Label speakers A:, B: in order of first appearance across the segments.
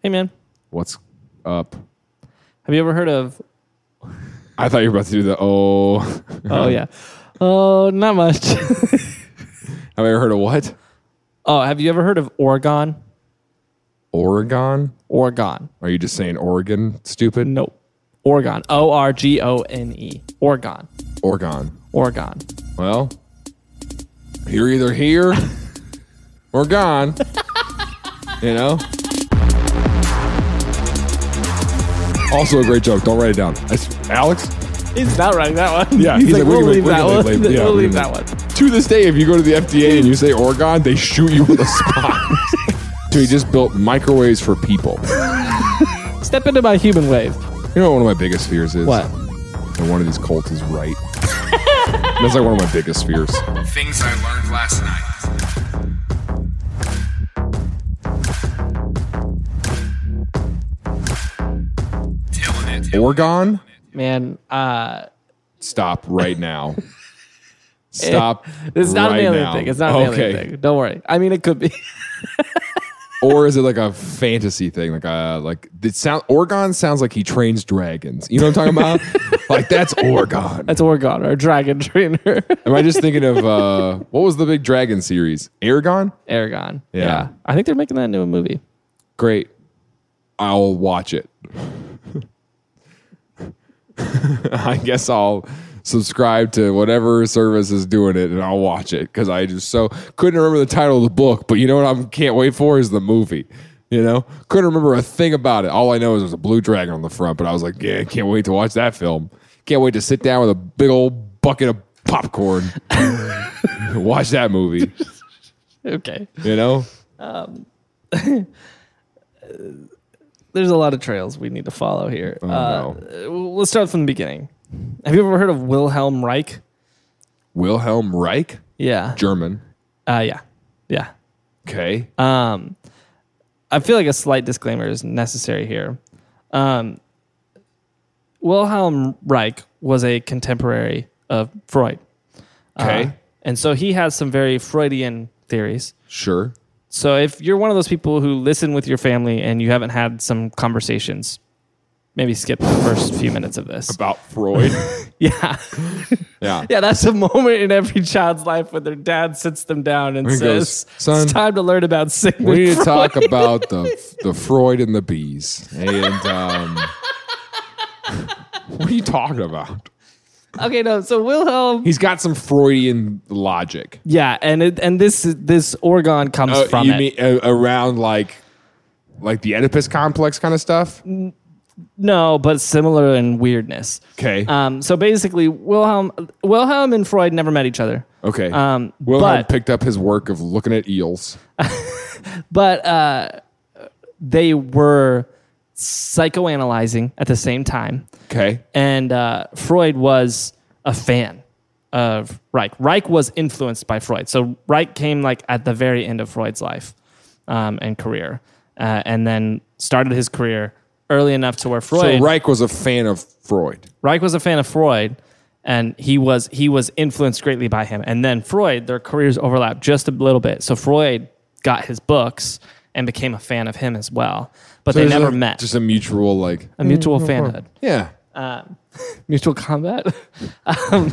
A: Hey, man,
B: What's up?
A: have you ever heard of?
B: I thought you were about to do the oh.
A: Oh yeah. Oh, not much.
B: Have I ever heard of what?
A: oh, have you ever heard of Oregon?
B: Oregon?
A: Oregon.
B: Are you just saying Oregon? Stupid.
A: Nope. Oregon. O R G O N E. Oregon.
B: Oregon.
A: Oregon.
B: Well, you're either here or gone. you know? Also, a great joke. Don't write it down. I s- Alex?
A: He's not writing that one.
B: Yeah,
A: He's,
B: he's
A: like,
B: like, we're
A: we'll
B: gonna-
A: leave
B: we're
A: that
B: gonna
A: one.
B: leave- yeah,
A: we'll
B: we're
A: leave that
B: gonna-
A: one.
B: To this day, if you go to the FDA and you say Oregon, they shoot you on the spot. so he just built microwaves for people.
A: Step into my human wave.
B: You know what one of my biggest fears is?
A: What?
B: That one of these cults is right. That's like one of my biggest fears.
C: Things I learned last night. Tilling it.
B: Oregon,
A: Man, uh,
B: stop right now. Stop.
A: it's not
B: right
A: an alien
B: now.
A: thing. It's not an
B: okay.
A: alien thing. Don't worry. I mean, it could be.
B: Or is it like a fantasy thing? Like uh like it sound Oregon sounds like he trains dragons. You know what I'm talking about? like that's Oregon.
A: That's Oregon or Dragon Trainer.
B: Am I just thinking of uh what was the big dragon series? Aragon?
A: Aragon.
B: Yeah.
A: I think they're making that into a movie.
B: Great. I'll watch it. I guess I'll subscribe to whatever service is doing it and I'll watch it because I just so couldn't remember the title of the book, but you know what I can't wait for is the movie. You know, couldn't remember a thing about it. All I know is there's a blue dragon on the front, but I was like, yeah, I can't wait to watch that film. Can't wait to sit down with a big old bucket of popcorn, and watch that movie.
A: Okay.
B: You know,
A: There's a lot of trails we need to follow here. uh,
B: Oh, no.
A: w- Let's start from the beginning. Have you ever heard of Wilhelm Reich?
B: Wilhelm Reich,
A: Yeah.
B: German.
A: Uh, yeah. Yeah.
B: Okay,
A: Um, I feel like a slight disclaimer is necessary here. Um, Wilhelm Reich was a contemporary of Freud. Uh,
B: okay,
A: and so he has some very Freudian theories.
B: sure.
A: So if you're one of those people who listen with your family and you haven't had some conversations, maybe skip the first few minutes of this.
B: about Freud.
A: Yeah.
B: yeah.
A: Yeah, that's a moment in every child's life when their dad sits them down and
B: He
A: says,
B: goes, "Son,
A: it's time to learn about Sigmund
B: We need to
A: Freud."
B: talk about the the Freud and the bees. And um, what are you talking about?
A: Okay, no. So Wilhelm
B: He's got some Freudian logic.
A: Yeah, and it, and this this Oregon comes
B: Uh,
A: from
B: you
A: it.
B: mean uh, around like like the Oedipus complex kind of stuff?
A: Mm, no, but similar in weirdness.
B: Okay.
A: Um, so basically, Wilhelm Wilhelm and Freud never met each other,
B: okay.
A: um,
B: Wilhelm
A: but-
B: picked up his work of looking at eels.
A: but uh, they were psychoanalyzing at the same time,
B: Okay.
A: and uh, Freud was a fan of Reich. Reich was influenced by Freud, so Reich came like at the very end of Freud's life um, and career, uh, and then started his career early enough to where Freud.
B: So Reich was a fan of Freud.
A: Reich was a fan of Freud, and he was he was influenced greatly by him. And then Freud, their careers overlapped just a little bit. So Freud got his books and became a fan of him as well. But they
B: There's
A: never
B: a-
A: met.
B: Just Mm-hmm. a mutual like.
A: a mutual fanhood,
B: Yeah.
A: mutual combat. um,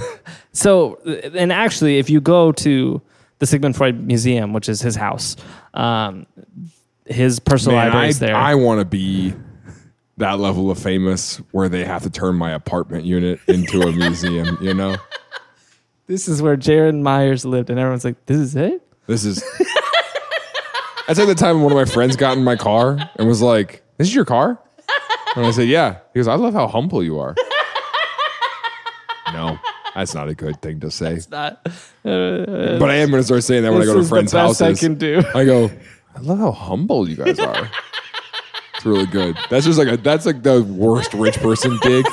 A: so, and actually, if you go to the Sigmund Freud Museum, which is his house, um, his personal
B: Man,
A: library
B: I,
A: is there.
B: I want to be that level of famous where they have to turn my apartment unit into a museum. You know,
A: this is where Jaron Myers lived, and everyone's like, "This is it."
B: this is. That's at the time one of my friends got in my car and was like, "This is your car?" And I said, "Yeah." He goes, "I love how humble you are." No, that's not a good thing to say.
A: Not,
B: But I am going to start saying that when I
A: this
B: go to
A: uh, is
B: friends'
A: the best
B: houses.
A: I can do.
B: I go, I love how humble you guys are. It's really good. That's just like a that's like the worst rich person gig.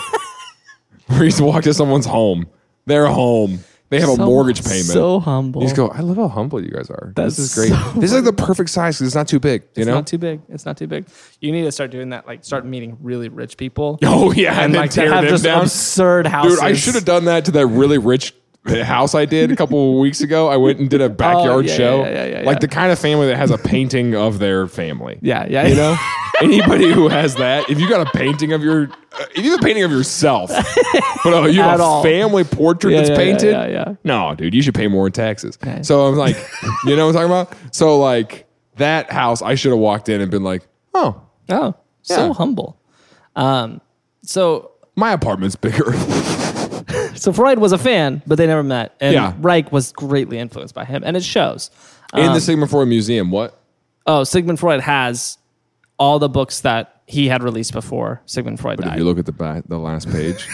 B: Where you just walk to someone's home. They're home. They have a
A: So-
B: mortgage payment.
A: So humble.
B: you just go, I love how humble you guys are.
A: That's
B: this is great.
A: so
B: this is like the perfect size because it's not too big. You
A: It's
B: know?
A: not too big. It's not too big. You need to start doing that. Like, start meeting really rich people.
B: oh yeah. And,
A: and
B: then
A: like to
B: tear
A: have
B: them
A: just
B: down.
A: absurd houses.
B: Dude, I should have done that to that really rich the house I did a couple of weeks ago, I went and did a backyard
A: Oh, yeah, yeah,
B: show.
A: yeah, yeah, yeah,
B: like
A: yeah.
B: the kind of family that has a painting of their family.
A: Yeah, yeah.
B: You know, anybody who has that, if you got a painting of your, uh, if you have a painting of yourself, but uh, you have
A: At
B: a
A: all.
B: family portrait
A: Yeah,
B: that's
A: yeah, yeah,
B: painted.
A: yeah, yeah.
B: No, dude, you should pay more in taxes. So I'm like, you know what I'm talking about? So like that house, I should have walked in and been like, oh,
A: Oh, so
B: Yeah.
A: humble. Um, so
B: my apartment's bigger.
A: so Freud was a fan, but they never met, and
B: Yeah.
A: Reich was greatly influenced by him, and it shows.
B: in
A: Um,
B: the Sigmund Freud Museum. What?
A: Oh, Sigmund Freud has all the books that he had released before Sigmund Freud
B: If
A: died.
B: you look at the back, the last page,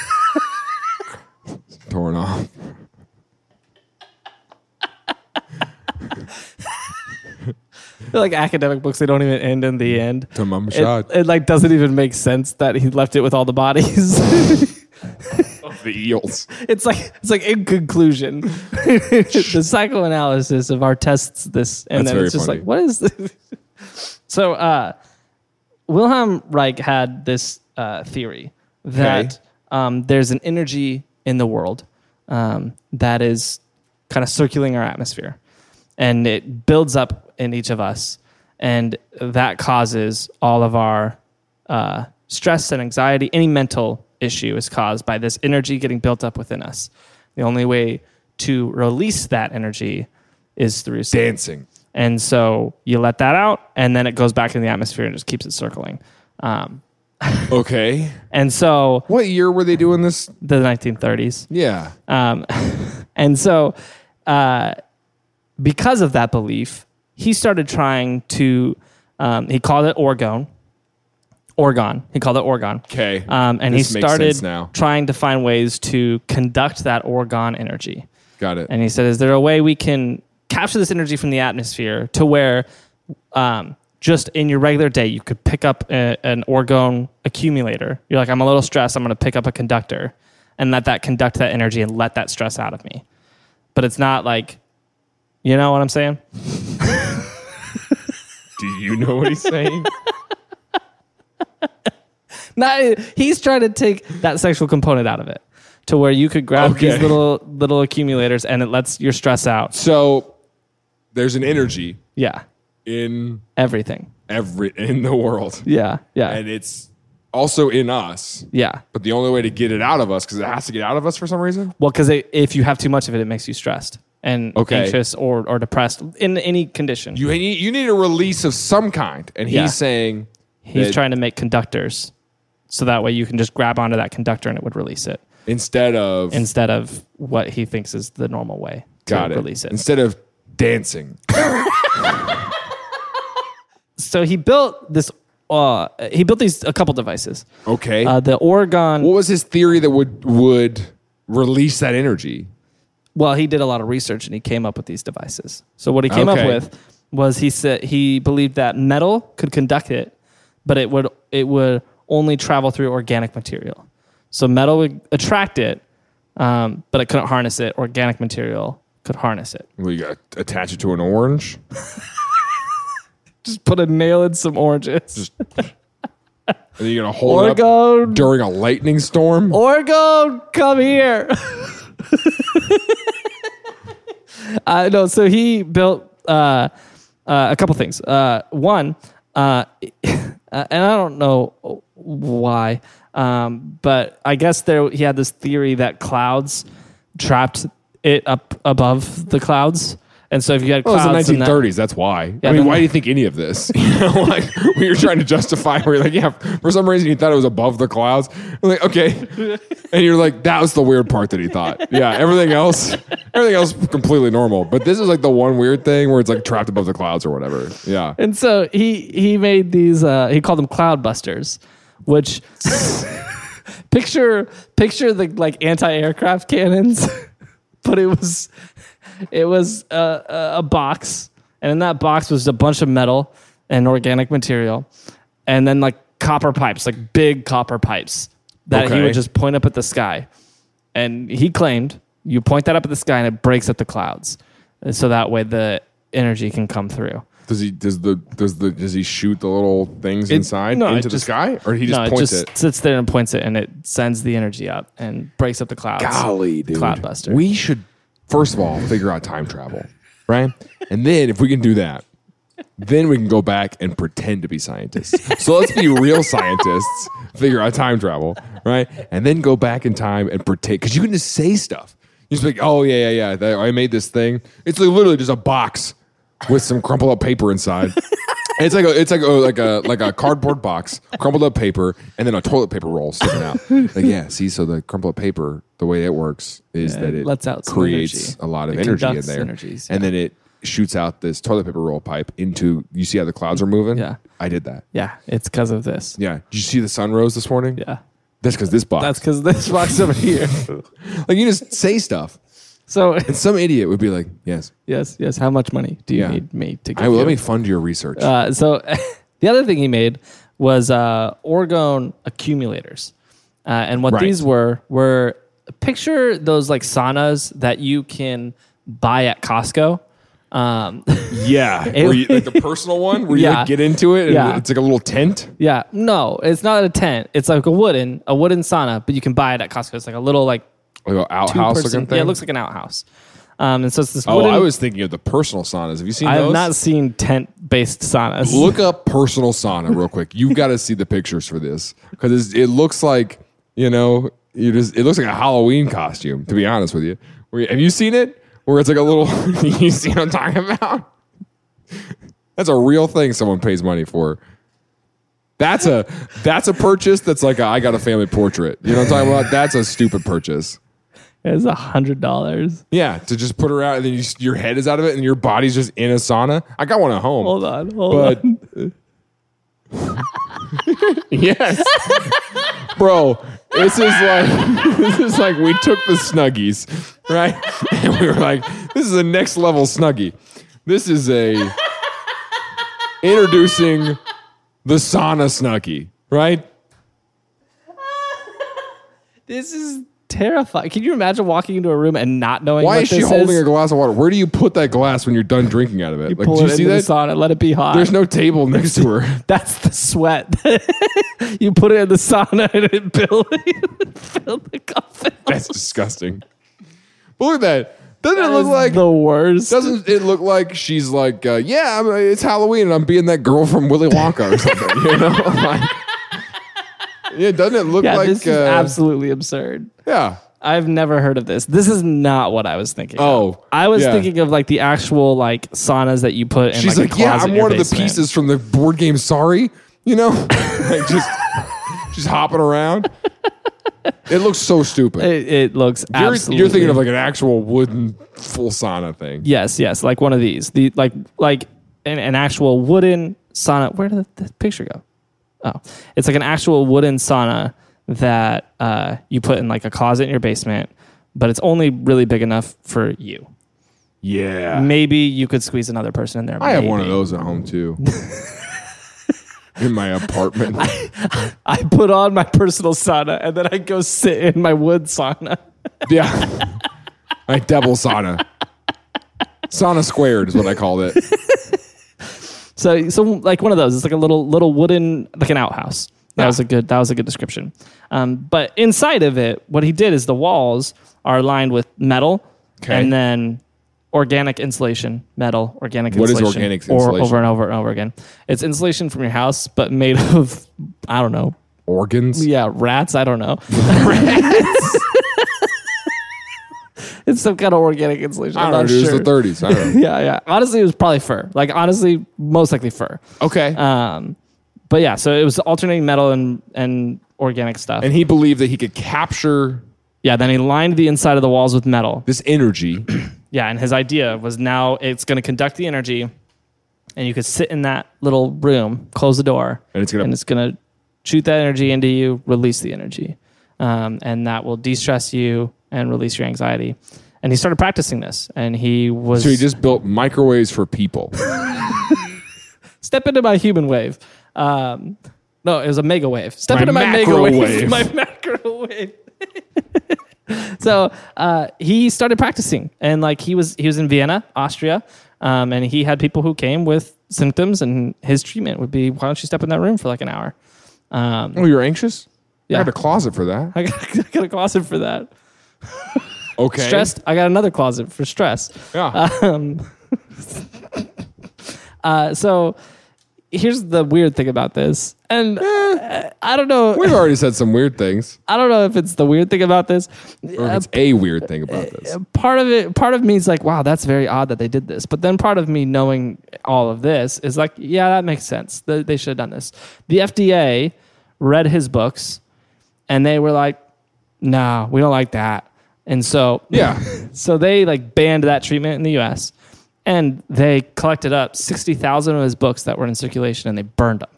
B: torn off.
A: They're like academic books, they don't even end in the end.
B: To mum
A: It,
B: shot.
A: it like doesn't even make sense that he left it with all the bodies.
B: the eels.
A: it's like it's like in conclusion, the psychoanalysis of our tests. This and
B: That's
A: then
B: very
A: it's just
B: funny.
A: like what is this? so uh, Wilhelm Reich had this uh, theory that
B: Okay.
A: um, there's an energy in the world um, that is kind of circulating our atmosphere, and it builds up in each of us, and that causes all of our uh, stress and anxiety. Any mental issue is caused by this energy getting built up within us. The only way to release that energy is through singing.
B: Dancing.
A: And so you let that out, and then it goes back in the atmosphere and just keeps it circling. Um,
B: Okay.
A: and so
B: What year were they doing this?
A: the 1930s.
B: Yeah.
A: Um, and so uh, because of that belief, he started trying to, um, he called it orgone. Orgon. He called it orgon.
B: Okay.
A: Um, and
B: This
A: he
B: makes
A: started
B: sense now.
A: trying to find ways to conduct that orgon energy.
B: Got it.
A: And he said, Is there a way we can capture this energy from the atmosphere to where um, just in your regular day you could pick up a, an orgone accumulator? You're like, I'm a little stressed. I'm going to pick up a conductor and let that conduct that energy and let that stress out of me. But it's not like, you know what I'm saying?
B: Do you know what he's saying?
A: Not, he's trying to take that sexual component out of it to where you could grab
B: Okay.
A: these little little accumulators and it lets your stress out.
B: so there's an energy
A: Yeah.
B: in
A: Everything.
B: every in the world.
A: Yeah. Yeah.
B: And it's also in us.
A: yeah.
B: But the only way to get it out of us, because it has to get out of us for some reason.
A: Well, because if you have too much of it, it makes you stressed and
B: Okay.
A: anxious or, or depressed in any condition.
B: You need you need a release of some kind. And he's
A: Yeah.
B: saying
A: He's
B: that
A: trying to make conductors so that way you can just grab onto that conductor and it would release it
B: instead of
A: instead of what he thinks is the normal way to
B: got it.
A: release it.
B: Instead of dancing.
A: So he built this. Uh, he built these a couple devices.
B: Okay.
A: Uh, the Oregon.
B: what was his theory that would would release that energy?
A: well, he did a lot of research and he came up with these devices. So what he came
B: Okay.
A: up with was he said he believed that metal could conduct it, but it would it would only travel through organic material. So metal would attract it, um, but it couldn't harness it. Organic material could harness it.
B: Well, you got to attach it to an orange.
A: Just put a nail in some oranges.
B: And you're gonna hold it up
A: Orgo,
B: during a lightning storm.
A: Orgo, come here. I know. Uh, So he built uh, uh, a couple things. Uh, one, uh, and I don't know why, um, but I guess there he had this theory that clouds trapped it up above the clouds, and so if you had
B: Well,
A: clouds,
B: Oh, it was the
A: in that-
B: 1930s. That's why. I mean,
A: then-
B: why do you think any of this? You know, like we were trying to justify. We're like, yeah, for some reason he thought it was above the clouds. I'm like, okay, and you're like, that was the weird part that he thought. Yeah, everything else, everything else, completely normal. But this is like the one weird thing where it's like trapped above the clouds or whatever. Yeah,
A: And so he he made these uh, he called them cloudbusters, which picture picture the like anti-aircraft cannons, but it was it was a, a, a box, and in that box was a bunch of metal and organic material, and then like copper pipes, like big copper pipes that he
B: Okay.
A: would just point up at the sky, and he claimed you point that up at the sky and it breaks up the clouds, And so that way the energy can come through.
B: does he does the does the does he shoot the little things inside
A: no, it
B: into the
A: just-
B: sky or he just
A: no,
B: points
A: it
B: it?
A: just sits there and points it, and it sends the energy up and breaks up the clouds.
B: Golly, dude.
A: Cloudbuster.
B: We should First of all, figure out time travel, right? And then if we can do that, then we can go back and pretend to be scientists. So let's be real scientists, figure out time travel, right? And then go back in time and pretend because you can just say stuff. You just be like, oh yeah, yeah, yeah. that- I made this thing. It's like literally just a box with some crumpled up paper inside. And it's like a, it's like a, like a like a cardboard box, crumpled up paper, and then a toilet paper roll sticking out. Like yeah, see, so the crumpled up paper, the way it works is
A: Yeah,
B: that
A: it
B: it
A: lets out some
B: creates
A: energy.
B: a lot of
A: It
B: energy in
A: conducts
B: there,
A: energies,
B: and then it shoots out this toilet paper roll pipe into. You see how the clouds are moving?
A: Yeah.
B: I did that.
A: Yeah, it's because of this.
B: Yeah, did you see the sun rose this morning?
A: Yeah.
B: that's because this box.
A: That's because this
B: box over here. like you just say stuff,
A: So
B: and some idiot would be like, "Yes,
A: yes, yes. How much money do you
B: Yeah.
A: need me to give
B: I will.
A: you?
B: Let me fund your research."
A: Uh, so the other thing he made was uh, orgone accumulators, uh, and what
B: Right.
A: these were were picture those like saunas that you can buy at Costco. Um,
B: yeah, where you, like the personal one where you
A: Yeah.
B: like, get into it. And
A: Yeah.
B: it's like a little tent.
A: yeah, no, it's not a tent. It's like a wooden a wooden sauna, but you can buy it at Costco. It's like a little like
B: Like an outhouse
A: two-person-
B: looking thing.
A: Yeah, it looks like an outhouse. Um, and so it's this.
B: oh,
A: wooden,
B: I was thinking of the personal saunas. Have you seen
A: I
B: those?
A: have not seen tent based saunas.
B: Look up personal sauna real quick. You've got to see the pictures for this because it looks like you know you just it looks like a Halloween costume. To be honest with you, Where- have you seen it? Where it's like a little. you see what I'm talking about? That's a real thing. Someone pays money for. That's a that's a purchase. That's like a, I got a family portrait. You know what I'm talking about? That's a stupid purchase.
A: It's a hundred dollars.
B: Yeah, to just put her out and then you, s- your head is out of it and your body's just in a sauna. I got one at home.
A: Hold on, hold on.
B: but yes bro this is like this is like we took the snuggies right and we were like this is a next level snuggie this is a introducing the sauna snuggie right
A: This is terrifying. Can you imagine walking into a room and not knowing
B: why
A: what
B: is she
A: this
B: holding
A: is?
B: a glass of water where do you put that glass when you're done drinking out of it like
A: Pull
B: do you
A: it
B: see
A: into
B: that
A: the sauna, let it be hot.
B: there's no table next to her
A: That's the sweat. you put it in the sauna and it builds it filled the coffin.
B: that's disgusting but look at that doesn't it
A: That
B: look
A: is
B: like
A: the worst.
B: Doesn't it look like she's like, uh, yeah, I'm, it's Halloween and I'm being that girl from Willy Wonka or something? You know? Like- yeah, doesn't it look
A: yeah,
B: like?
A: this is
B: uh,
A: absolutely absurd.
B: yeah,
A: I've never heard of this. This is not what I was thinking.
B: Oh,
A: of. I was
B: yeah.
A: thinking of like the actual like saunas that you put in.
B: she's
A: like,
B: like,
A: a
B: yeah,
A: closet
B: I'm
A: in your
B: one of the
A: basement."
B: pieces from the board game. Sorry, you know, like just just hopping around. It looks so stupid.
A: It, it looks
B: you're,
A: absolutely.
B: you're thinking of like an actual wooden full sauna thing.
A: Yes, yes, like one of these. The like like an, an actual wooden sauna. Where did the, the picture go? Oh, it's like an actual wooden sauna that uh, you put in like a closet in your basement, but it's only really big enough for you.
B: Yeah,
A: Maybe you could squeeze another person in there.
B: I have one of
A: maybe.
B: those at home too. In my apartment.
A: I put on my personal sauna and then I go sit in my wood sauna.
B: Yeah. like double sauna. Sauna squared is what I called it.
A: So so like one of those. It's like a little little wooden like an outhouse. That
B: Yeah.
A: was a good that was a good description. Um, but inside of it, what he did is the walls are lined with metal
B: Okay.
A: and then organic insulation, metal, organic
B: What is
A: insulation.
B: organic
A: or
B: insulation?
A: over and over and over again. It's insulation from your house, but made of I don't know.
B: Organs.
A: Yeah, rats, I don't know. it's some kind of organic insulation.
B: I
A: am
B: don't know.
A: not
B: dude,
A: sure.
B: It's the 30s. I don't know.
A: Yeah, yeah. Honestly, it was probably fur. Like honestly, most likely fur.
B: Okay.
A: Um, but yeah, so it was alternating metal and and organic stuff.
B: and he believed that he could capture
A: yeah, then he lined the inside of the walls with metal.
B: this energy.
A: Yeah, and his idea was now it's going to conduct the energy, and you could sit in that little room, close the door,
B: And it's gonna-
A: and it's gonna shoot that energy into you, release the energy, um, and that will de-stress you and release your anxiety. And he started practicing this, and he was
B: so he just built microwaves for people.
A: step into my human wave. Um, no, it was a mega wave. Step
B: My
A: into my mega
B: macro
A: wave.
B: wave.
A: my macro wave. so uh, he started practicing, and like he was he was in Vienna, Austria, um, and he had people who came with symptoms, and his treatment would be, why don't you step in that room for like an hour? Um,
B: oh, you're anxious?
A: Yeah.
B: I had a closet for that.
A: I got, I got a closet for that.
B: Okay.
A: Stressed. I got another closet for stress.
B: Yeah.
A: Uh, so here's the weird thing about this, and
B: Eh.
A: uh, I don't know.
B: We've already said some weird things,
A: I don't know if it's the weird thing about this.
B: or if
A: Uh,
B: it's a weird thing about this.
A: part of it part of me is like wow that's very odd that they did this but then part of me knowing all of this is like yeah that makes sense they, they should have done this the fda read his books and they were like nah we don't like that and so
B: Yeah.
A: so they like banned that treatment in the us and they collected up 60000 of his books that were in circulation and they burned them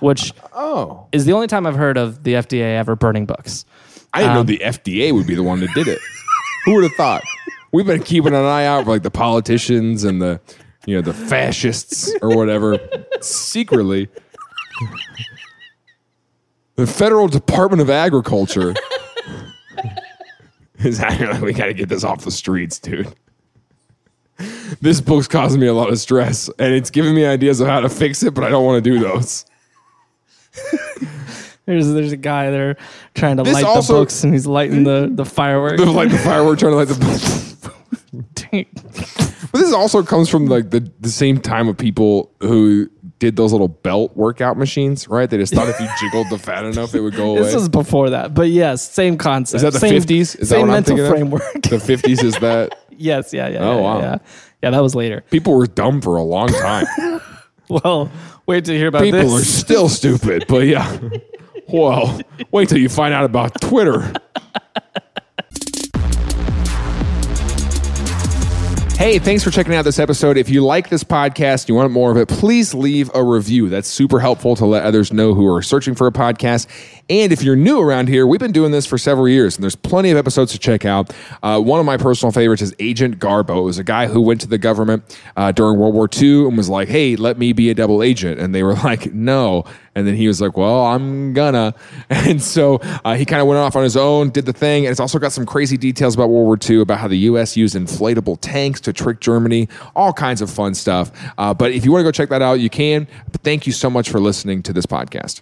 A: which
B: Oh,
A: is the only time i've heard of the fda ever burning books
B: I didn't know the FDA would be the one that did it. Who would have thought? We've been keeping an eye out for like the politicians and the, you know, the fascists or whatever, secretly. The Federal Department of Agriculture is acting like we got to get this off the streets, dude. This book's causing me a lot of stress, and it's giving me ideas of how to fix it, but I don't want to do those.
A: There's there's a guy there trying to
B: This
A: light
B: also-
A: the books and he's lighting the the fireworks.
B: Like the firework, trying to light the. But this also comes from like the, the same time of people who did those little belt workout machines, right? They just thought if you jiggled the fat enough, it would go away.
A: this was before that, but yes, same concept.
B: is that the
A: same,
B: 50s? Is that
A: same
B: what I'm
A: mental
B: thinking of?
A: framework.
B: The 50s is that
A: yes, yeah, yeah.
B: Oh,
A: yeah,
B: wow.
A: yeah, yeah. That was later.
B: people were dumb for a long time.
A: Well, wait to hear about
B: People are
A: this.
B: still stupid, but yeah. Whoa. Wait till you find out about Twitter. Hey, thanks for checking out this episode. If you like this podcast, you want more of it, please leave a review. That's super helpful to let others know who are searching for a podcast. And if you're new around here, we've been doing this for several years, and there's plenty of episodes to check out. Uh, one of my personal favorites is Agent Garbo. It was a guy who went to the government uh, during World War II and was like, hey, let me be a double agent. And they were like, no. And then he was like, well, I'm gonna. And so uh, he kind of went off on his own, did the thing. And it's also got some crazy details about World War II, about how the U.S. used inflatable tanks to trick Germany, all kinds of fun stuff. Uh, but if you want to go check that out, you can. But thank you so much for listening to this podcast.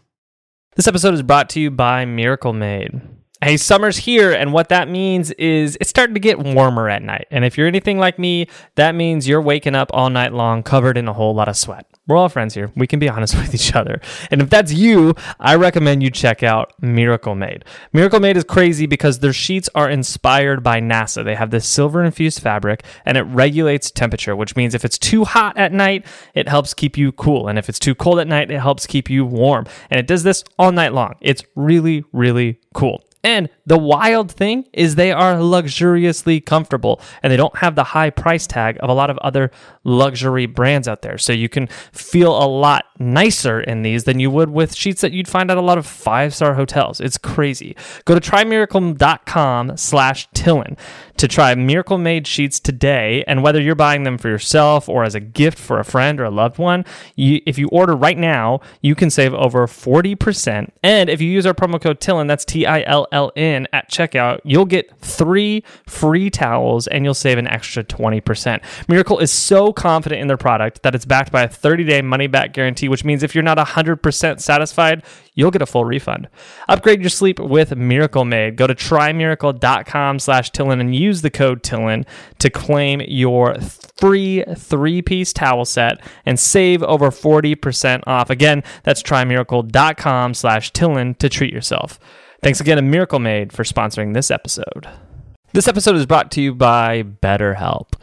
D: This episode is brought to you by Miracle Made. Hey, summer's here, and what that means is it's starting to get warmer at night. And if you're anything like me, that means you're waking up all night long covered in a whole lot of sweat. We're all friends here. We can be honest with each other. And if that's you, I recommend you check out Miracle Made. Miracle Made is crazy because their sheets are inspired by NASA. They have this silver infused fabric and it regulates temperature, which means if it's too hot at night, it helps keep you cool. And if it's too cold at night, it helps keep you warm. And it does this all night long. It's really, really cool. And the wild thing is they are luxuriously comfortable and they don't have the high price tag of a lot of other luxury brands out there. So you can feel a lot nicer in these than you would with sheets that you'd find at a lot of five-star hotels. It's crazy. Go to trymiracle.com slash Tillin to try Miracle Made sheets today. And whether you're buying them for yourself or as a gift for a friend or a loved one, you, if you order right now, you can save over 40%. And if you use our promo code TILLIN, that's T I L L N, at checkout, you'll get three free towels and you'll save an extra 20%. Miracle is so confident in their product that it's backed by a 30 day money back guarantee, which means if you're not 100% satisfied, you'll get a full refund. Upgrade your sleep with Miracle Made. Go to trymiracle.com slash Tillin and use the code Tillin to claim your free three-piece towel set and save over 40% off. Again, that's trymiracle.com slash Tillin to treat yourself. Thanks again to Miracle Made for sponsoring this episode. This episode is brought to you by BetterHelp.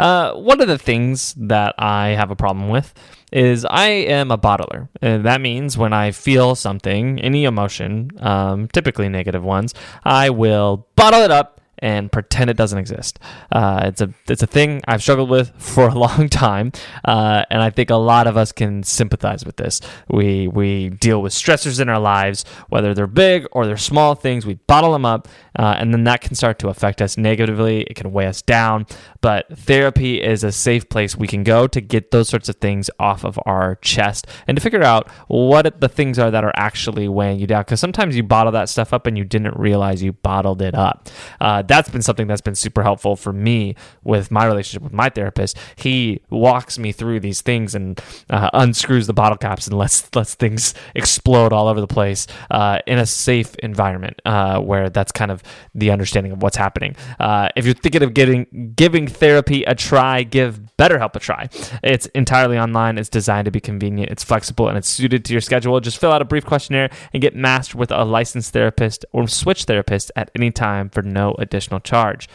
D: Uh, one of the things that I have a problem with is I am a bottler. Uh, that means when I feel something, any emotion, um, typically negative ones, I will bottle it up and pretend it doesn't exist. Uh, it's a it's a thing I've struggled with for a long time, uh, and I think a lot of us can sympathize with this. We we deal with stressors in our lives, whether they're big or they're small things. We bottle them up, uh, and then that can start to affect us negatively. It can weigh us down. But therapy is a safe place we can go to get those sorts of things off of our chest and to figure out what the things are that are actually weighing you down. Because sometimes you bottle that stuff up and you didn't realize you bottled it up. Uh, that's been something that's been super helpful for me with my relationship with my therapist. He walks me through these things and uh, unscrews the bottle caps and lets lets things explode all over the place uh, in a safe environment uh, where that's kind of the understanding of what's happening. Uh, if you're thinking of getting giving therapy a try, give BetterHelp a try. It's entirely online. It's designed to be convenient. It's flexible and it's suited to your schedule. Just fill out a brief questionnaire and get matched with a licensed therapist or switch therapist at any time for no additional charge.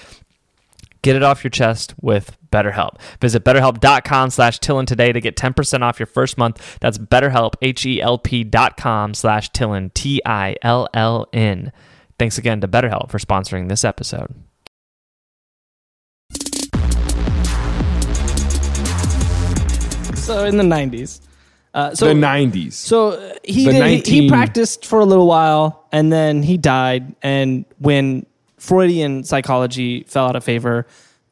D: Get it off your chest with BetterHelp. Visit betterhelp.com slash Tillin today to get 10% off your first month. That's betterhelp, H-E-L-P dot com slash Tillin, T-I-L-L-N. Thanks again to BetterHelp for sponsoring this episode.
A: So in the 90s. Uh, so
B: the 90s.
A: So uh, he
B: The
A: did, he- he,
B: 19
A: practiced for a little while, and then he died. And when Freudian psychology fell out of favor,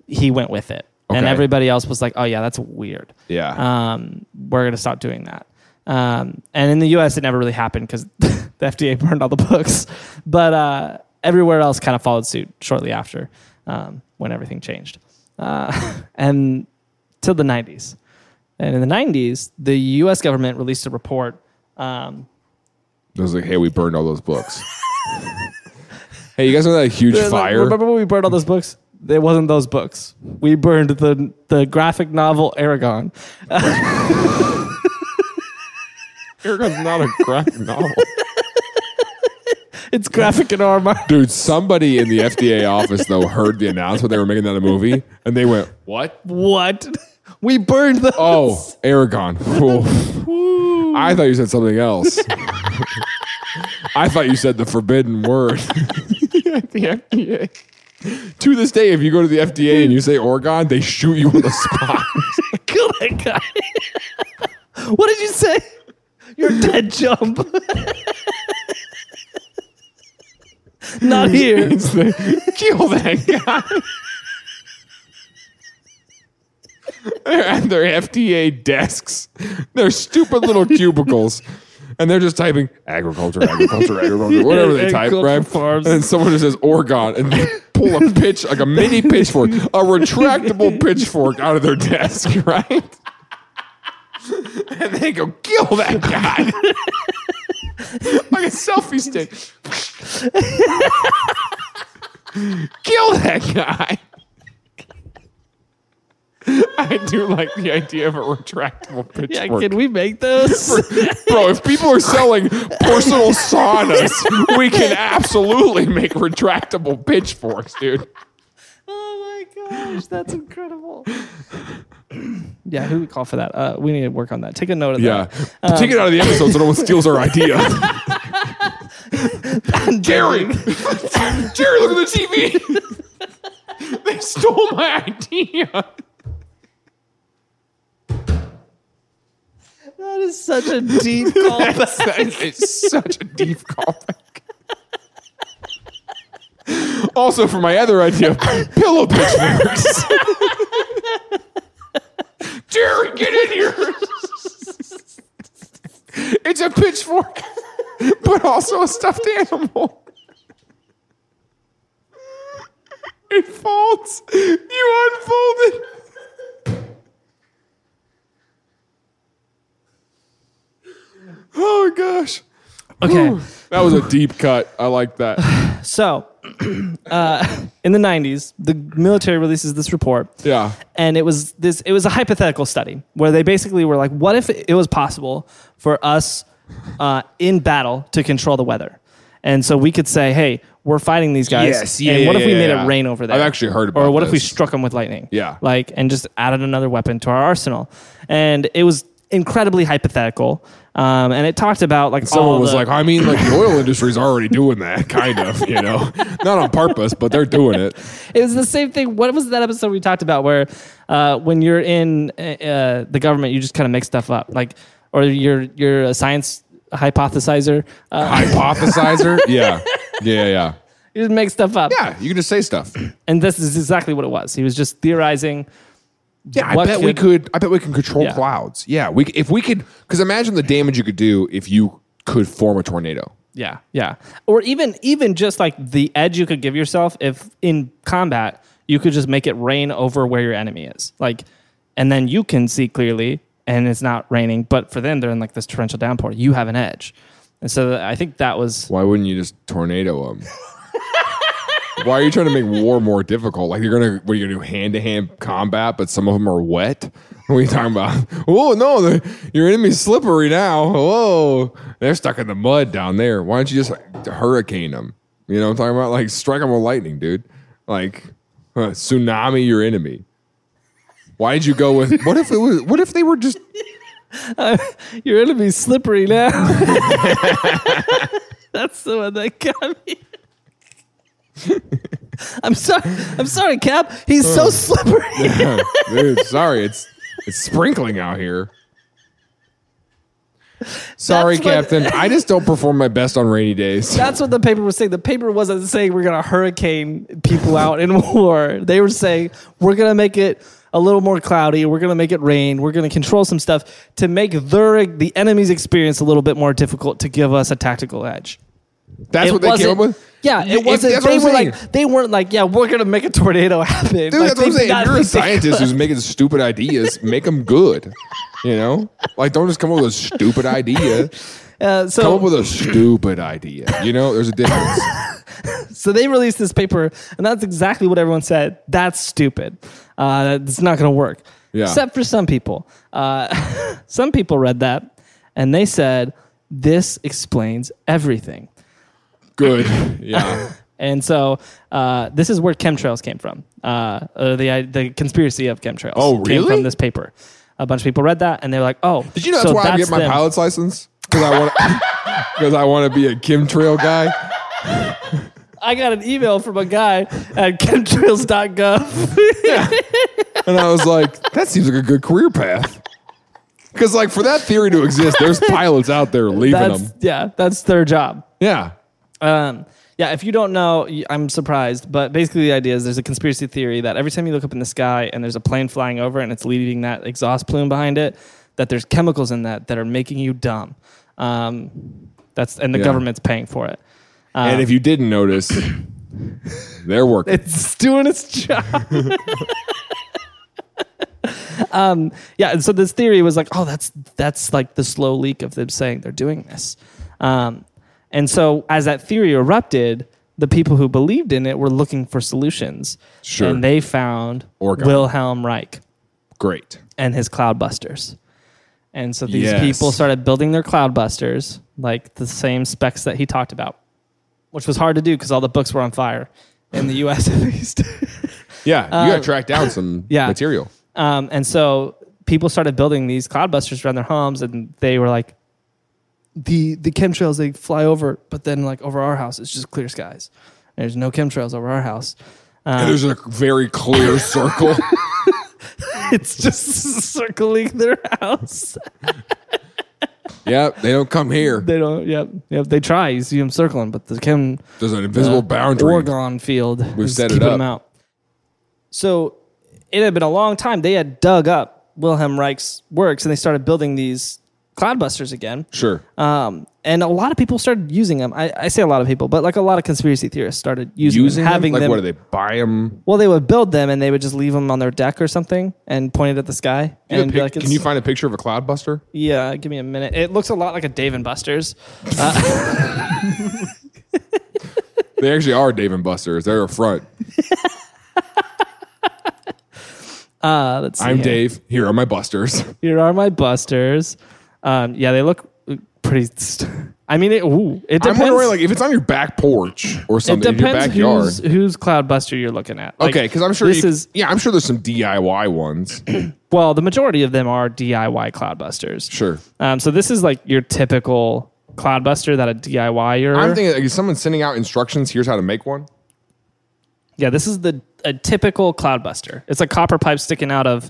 A: he went with it, and
B: Okay.
A: everybody else was like, "Oh yeah, that's weird.
B: yeah.
A: Um, we're gonna stop doing that." Um, and in the U.S., it never really happened because the FDA burned all the books, but uh, everywhere else kind of followed suit shortly after um, when everything changed, uh, and till the '90s. And in the 90s, the US government released a report. Um,
B: it was like, hey, we burned all those books. hey, you guys remember that huge fire?
A: Remember when we burned all those books? It wasn't those books. We burned the, the graphic novel Aragon.
B: Erica's not a graphic novel.
A: It's graphic in our mind.
B: Dude, somebody in the FDA office though heard the announcement they were making that a movie, and they went, "What?
A: What? We burned those.
B: Oh, Aragon." Whoa. I thought you said something else. I thought you said the forbidden word. the FDA. To this day, if you go to the FDA and you say Oregon, they shoot you on the spot.
A: kill that guy. what did you say? You're dead, jump. Not here.
B: Kill that guy. they're at their FDA desks, their stupid little cubicles, and they're just typing agriculture, agriculture, agriculture, whatever they type,
A: Agriculture
B: right?
A: farms.
B: And someone just says Oregon, and they pull a pitch, like a mini pitchfork, a retractable pitchfork out of their desk, right? and they go, kill that guy. like a selfie stick. kill that guy. I do like the idea of a retractable
A: Yeah,
B: pitchfork.
A: can we make those?
B: Bro, if people are selling personal saunas, we can absolutely make retractable pitchforks, dude.
A: Oh my gosh, that's incredible. yeah, who would call for that? Uh, we need to work on that. Take a note of
B: Yeah.
A: that.
B: Take it out of the episode so no one steals our idea. Jerry! Jerry, look at the TV! they stole my idea!
A: That is such a deep callback.
B: It's such a deep callback. also, for my other idea, pillow pitchforks. Jerry, get in here. it's a pitchfork, but also a stuffed animal. It folds. You unfold it. Oh gosh.
D: Okay.
B: That was a deep cut. I like that.
A: so, uh, in the 90s, the military releases this report.
B: Yeah.
A: and it was this it was a hypothetical study where they basically were like what if it was possible for us uh, in battle to control the weather and so we could say hey we're fighting these guys
B: Yes, yeah,
A: and what
B: yeah,
A: if we
B: yeah,
A: made
B: yeah.
A: it rain over there
B: I've actually heard
A: or
B: about
A: what if we
B: this.
A: struck them with lightning
B: Yeah.
A: like and just added another weapon to our arsenal and it was incredibly hypothetical um, and it talked about like all
B: Someone was
A: the-
B: like, I mean, like the oil industry's already doing that, kind of, you know, not on purpose, but they're doing it.
A: It was the same thing. What was that episode we talked about where uh, when you're in uh, the government, you just kind of make stuff up, like, or you're you're a science hypothesizer, uh,
B: Hypothesizer, yeah, yeah, yeah,
A: you just make stuff up.
B: yeah. You can just say stuff.
A: And this is exactly what it was. He was just theorizing.
B: Yeah, I
A: What
B: bet we
A: could-
B: could. I bet we can control
A: Yeah.
B: clouds. Yeah, we c- if we could, because imagine the damage you could do if you could form a tornado.
A: Yeah, yeah. Or even even just like the edge you could give yourself if in combat you could just make it rain over where your enemy is. Like and then you can see clearly and it's not raining, but for them they're in like this torrential downpour. You have an edge. And so I think that was
B: Why wouldn't you just tornado them? Why are you trying to make war more difficult? Like you're gonna, what are you gonna do? Hand to hand combat, but some of them are wet. What are you talking about? Oh no, the, your enemy's slippery now. Whoa, they're stuck in the mud down there. Why don't you just like, hurricane them? You know what I'm talking about? Like strike them with lightning, dude. Like huh, tsunami your enemy. Why did you go with? What if it was? What if they were just?
A: your enemy's slippery now. That's the one that got me. I'm sorry. I'm sorry, Cap. He's so slippery.
B: Dude, sorry, it's it's sprinkling out here. Sorry,
A: That's what-
B: Captain. I just don't perform my best on rainy days.
A: That's what the paper was saying. The paper wasn't saying we're gonna hurricane people out in war. They were saying we're gonna make it a little more cloudy. We're gonna make it rain. We're gonna control some stuff to make their the enemy's experience a little bit more difficult to give us a tactical edge.
B: That's
A: It
B: what they came
A: wasn't-
B: up with.
A: Yeah,
B: If-
A: it wasn't.
B: that's what
A: they
B: I'm
A: were
B: saying.
A: like, they weren't like, yeah, we're gonna make a tornado happen.
B: Dude,
A: Like,
B: that's what I'm
A: they did
B: saying. If
A: not
B: you're a
A: think they
B: scientist
A: could.
B: who's making stupid ideas, make them good. You know, like don't just come up with a stupid idea.
A: Uh,
B: Come
A: so,
B: up with a stupid idea. You know, there's a difference.
A: so they released this paper, and that's exactly what everyone said. That's stupid. Uh, it's not gonna work.
B: Yeah.
A: Except for some people. Uh, some people read that, and they said this explains everything.
B: Good. Yeah.
A: And so uh, this is where chemtrails came from. Uh, uh, the the conspiracy of chemtrails.
B: Oh,
A: Came
B: really?
A: from this paper. A bunch of people read that, and they were like, "Oh,
B: Did you know
A: so
B: that's why I get my
A: them.
B: pilot's license? Because I want. Because I want to be a chemtrail guy.
A: I got an email from a guy at chemtrails.gov.
B: And I was like, that seems like a good career path. Because, like, for that theory to exist, there's pilots out there leaving
A: That's
B: them.
A: yeah, that's their job.
B: Yeah.
A: Um, yeah, if you don't know, y- I'm surprised. But basically, the idea is there's a conspiracy theory that every time you look up in the sky and there's a plane flying over and it's leaving that exhaust plume behind it, that there's chemicals in that that are making you dumb. Um, that's and the
B: Yeah.
A: government's paying for it. uh,
B: and if you didn't notice, they're working.
A: It's doing its job. um, yeah, and so this theory was like, oh, that's that's like the slow leak of them saying they're doing this. Um, and so as that theory erupted, the people who believed in it were looking for solutions.
B: Sure.
A: And they found
B: Orgon.
A: Wilhelm Reich
B: Great.
A: and his cloudbusters. And so these
B: Yes.
A: people started building their cloudbusters, like the same specs that he talked about, which was hard to do because all the books were on fire in the US at least.
B: Yeah. You got to track down some
A: Uh, yeah.
B: material.
A: Um, and so people started building these cloudbusters around their homes, and they were like, the the chemtrails they fly over, but then like over our house, it's just clear skies. There's no chemtrails over our house. Uh,
B: And there's a very clear circle.
A: It's just circling their house.
B: yep. They don't come here.
A: They don't. Yep, yep. They try. You see them circling, but the chem
B: There's an invisible
A: uh,
B: boundary.
A: Oregon field. We've
B: set it up.
A: Them out. So it had been a long time. They had dug up Wilhelm Reich's works, and they started building these cloudbusters again.
B: Sure.
A: Um, and a lot of people started using them. I, I say a lot of people, but like a lot of conspiracy theorists started using,
B: Using
A: them,
B: them?
A: having
B: Like,
A: them.
B: what do they buy them?
A: Well, they would build them and they would just leave them on their deck or something and point it at the sky and be like,
B: can
A: it's-
B: you find a picture of a cloudbuster?
A: "Yeah, give me a minute." It looks a lot like a Dave and Buster's.
B: They actually are Dave and Buster's. They're a front.
A: Uh, let's see
B: I'm
A: here.
B: Dave. Here are my Busters.
A: Here are my Busters. Um, yeah, they look pretty. St- I mean, it, ooh, it
B: I'm
A: depends.
B: wondering, like, if it's on your back porch or
A: it
B: something in your
A: depends
B: backyard.
A: who's, whose Cloudbuster you're looking at. Like,
B: Okay, because I'm sure
A: this
B: you-
A: is
B: yeah, I'm sure there's some DIY ones.
A: well, the majority of them are DIY Cloudbusters.
B: Sure,
A: Um, so this is like your typical Cloudbuster that a DIYer.
B: I'm thinking like, is someone sending out instructions? Here's how to make one.
A: yeah, this is the a typical Cloudbuster. It's a copper pipe sticking out of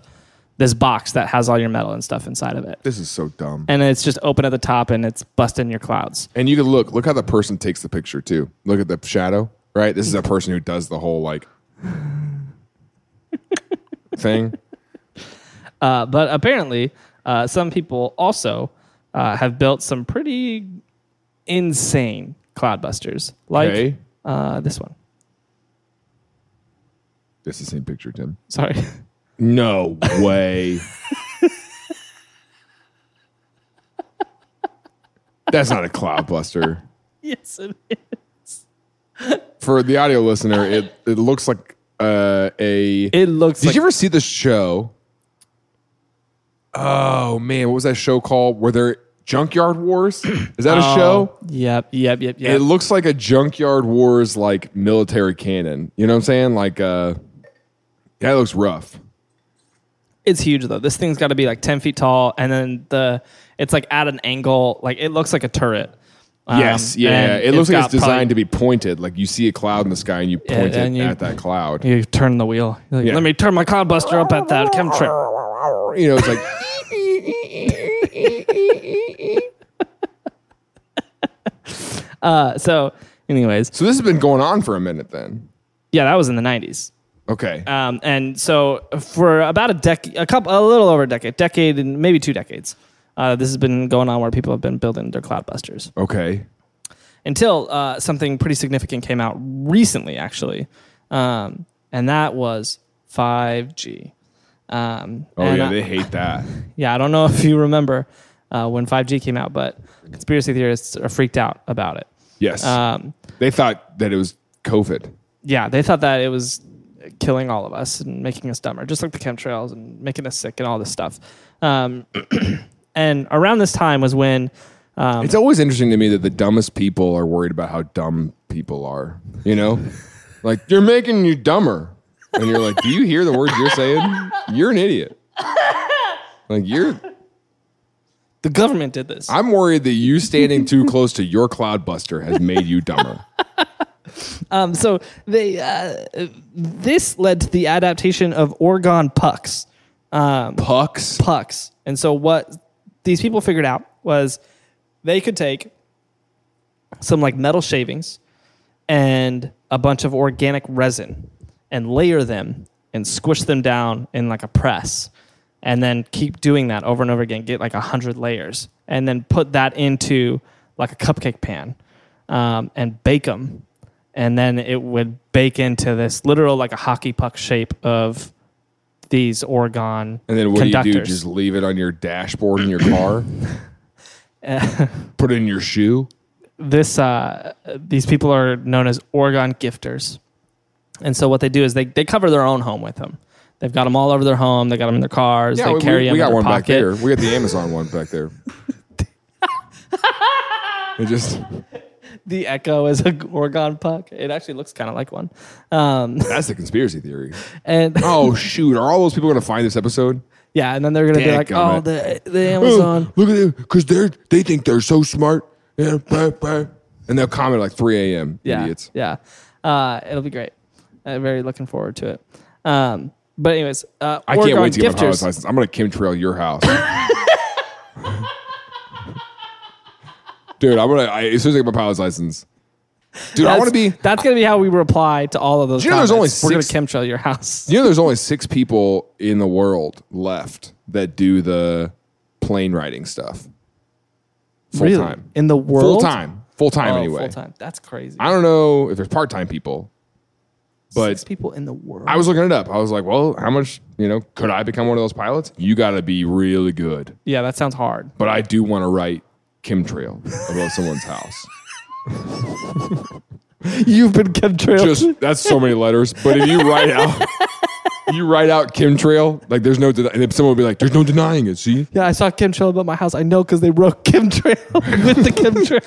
A: this box that has all your metal and stuff inside of it,
B: This is so dumb.
A: and it's just open at the top and it's busting your clouds.
B: And you can look look how the person takes the picture too. Look at the shadow, right? This is a person who does the whole like thing.
A: Uh, but apparently, uh, some people also uh, have built some pretty insane cloudbusters like
B: Okay.
A: uh, this one.
B: It's the same picture, Tim.
A: Sorry.
B: No way. That's not a cloudbuster.
A: yes, it is.
B: For the audio listener, it, it looks like uh, a.
A: It looks
B: Did
A: like
B: you ever see the show? Oh man, what was that show called? Were there Junkyard Wars? Is that a show?
A: Oh, Yep, yep, yep,
B: It
A: yep.
B: looks like a Junkyard Wars like military cannon. You know what I'm saying? Like uh that looks rough.
A: it's huge though. This thing's got to be like ten feet tall, and then the it's like at an angle. Like it looks like a turret. Um,
B: yes, yeah.
A: and
B: It looks like it's
A: got probably-
B: designed to be pointed. Like you see a cloud in the sky and you point
A: and
B: it
A: you-
B: at that cloud.
A: You turn the wheel. You're like,
B: Yeah.
A: Let me turn my cloudbuster up at that chemtrail.
B: You know, it's like
A: Uh, so, anyways,
B: so this has been going on for a minute then.
A: yeah, that was in the '90s.
B: Okay.
A: Um, and so for about a decade, a couple, a little over a decade, decade and maybe two decades, uh, this has been going on where people have been building their cloudbusters
B: Okay.
A: until uh, something pretty significant came out recently, actually, um, and that was 5G. Um,
B: Oh
A: and
B: yeah,
A: I-
B: they hate that.
A: yeah, I don't know if you remember uh, when 5G came out, but conspiracy theorists are freaked out about it.
B: Yes.
A: Um,
B: they thought that it was COVID.
A: yeah, they thought that it was killing all of us and making us dumber, just like the chemtrails and making us sick and all this stuff. Um, and around this time was when, um,
B: It's always interesting to me that the dumbest people are worried about how dumb people are. You know, like you're making you dumber, and you're like, do you hear the words you're saying? You're an idiot. Like you're,
A: the government did this.
B: I'm worried that you standing too close to your cloudbuster has made you dumber.
A: Um, so they uh, this led to the adaptation of Oregon pucks.
B: Pucks.
A: pucks. And so what these people figured out was they could take some like metal shavings and a bunch of organic resin and layer them and squish them down in like a press and then keep doing that over and over again get like a hundred layers and then put that into like a cupcake pan um, and bake them and then it would bake into this literal like a hockey puck shape of these Oregon
B: And then what
A: conductors.
B: do you do? Just leave it on your dashboard in your car.
A: Uh,
B: Put it in your shoe.
A: this uh, these people are known as Oregon gifters, and so what they do is they they cover their own home with them. They've got them all over their home. They got them in their cars. they
B: we,
A: carry
B: we,
A: them
B: we
A: in
B: got
A: their
B: one back
A: pocket.
B: there. We got the Amazon one back there. it just.
A: The Echo is a Oregon puck. It actually looks kind of like one. Um,
B: That's the conspiracy theory.
A: and
B: Oh shoot! Are all those people going to find this episode?
A: yeah, and then they're gonna be like,
B: Dadgummit.
A: oh, the the Amazon.
B: look at them because they're they think they're so smart. Yeah, bah, bah. And they'll comment at like 3 a.m.
A: yeah,
B: Idiots.
A: yeah. Uh, it'll be great. i very looking forward to it. Um, but anyways, uh,
B: I
A: Oregon
B: can't wait to get my pilot's
A: gifters.
B: license. I'm going to chemtrail your house. Dude, I'm gonna. I, as soon as I get my pilot's license, dude, I want to be.
A: That's gonna be how we reply to all of those.
B: you know there's only
A: comments. We're
B: six-
A: gonna chemtrail your house.
B: You know, there's only six people in the world left that do the plane riding stuff. Full
A: Really?
B: time.
A: In the
B: Full
A: world?
B: time. Full time.
A: Oh,
B: anyway.
A: Full time. That's crazy.
B: I don't know if there's part time people, but
A: Six people in the world.
B: I was looking it up. I was like, well, how much, you know, could I become one of those pilots? You got to be really good.
A: yeah, that sounds hard.
B: But I do want to write chemtrail about someone's house.
A: You've been chemtrailed.
B: Just that's so many letters. But if you write out, you write out chemtrail, like there's no, deni- and then someone will be like, there's no denying it. See,
A: yeah, I saw chemtrail about my house. I know because they wrote chemtrail with the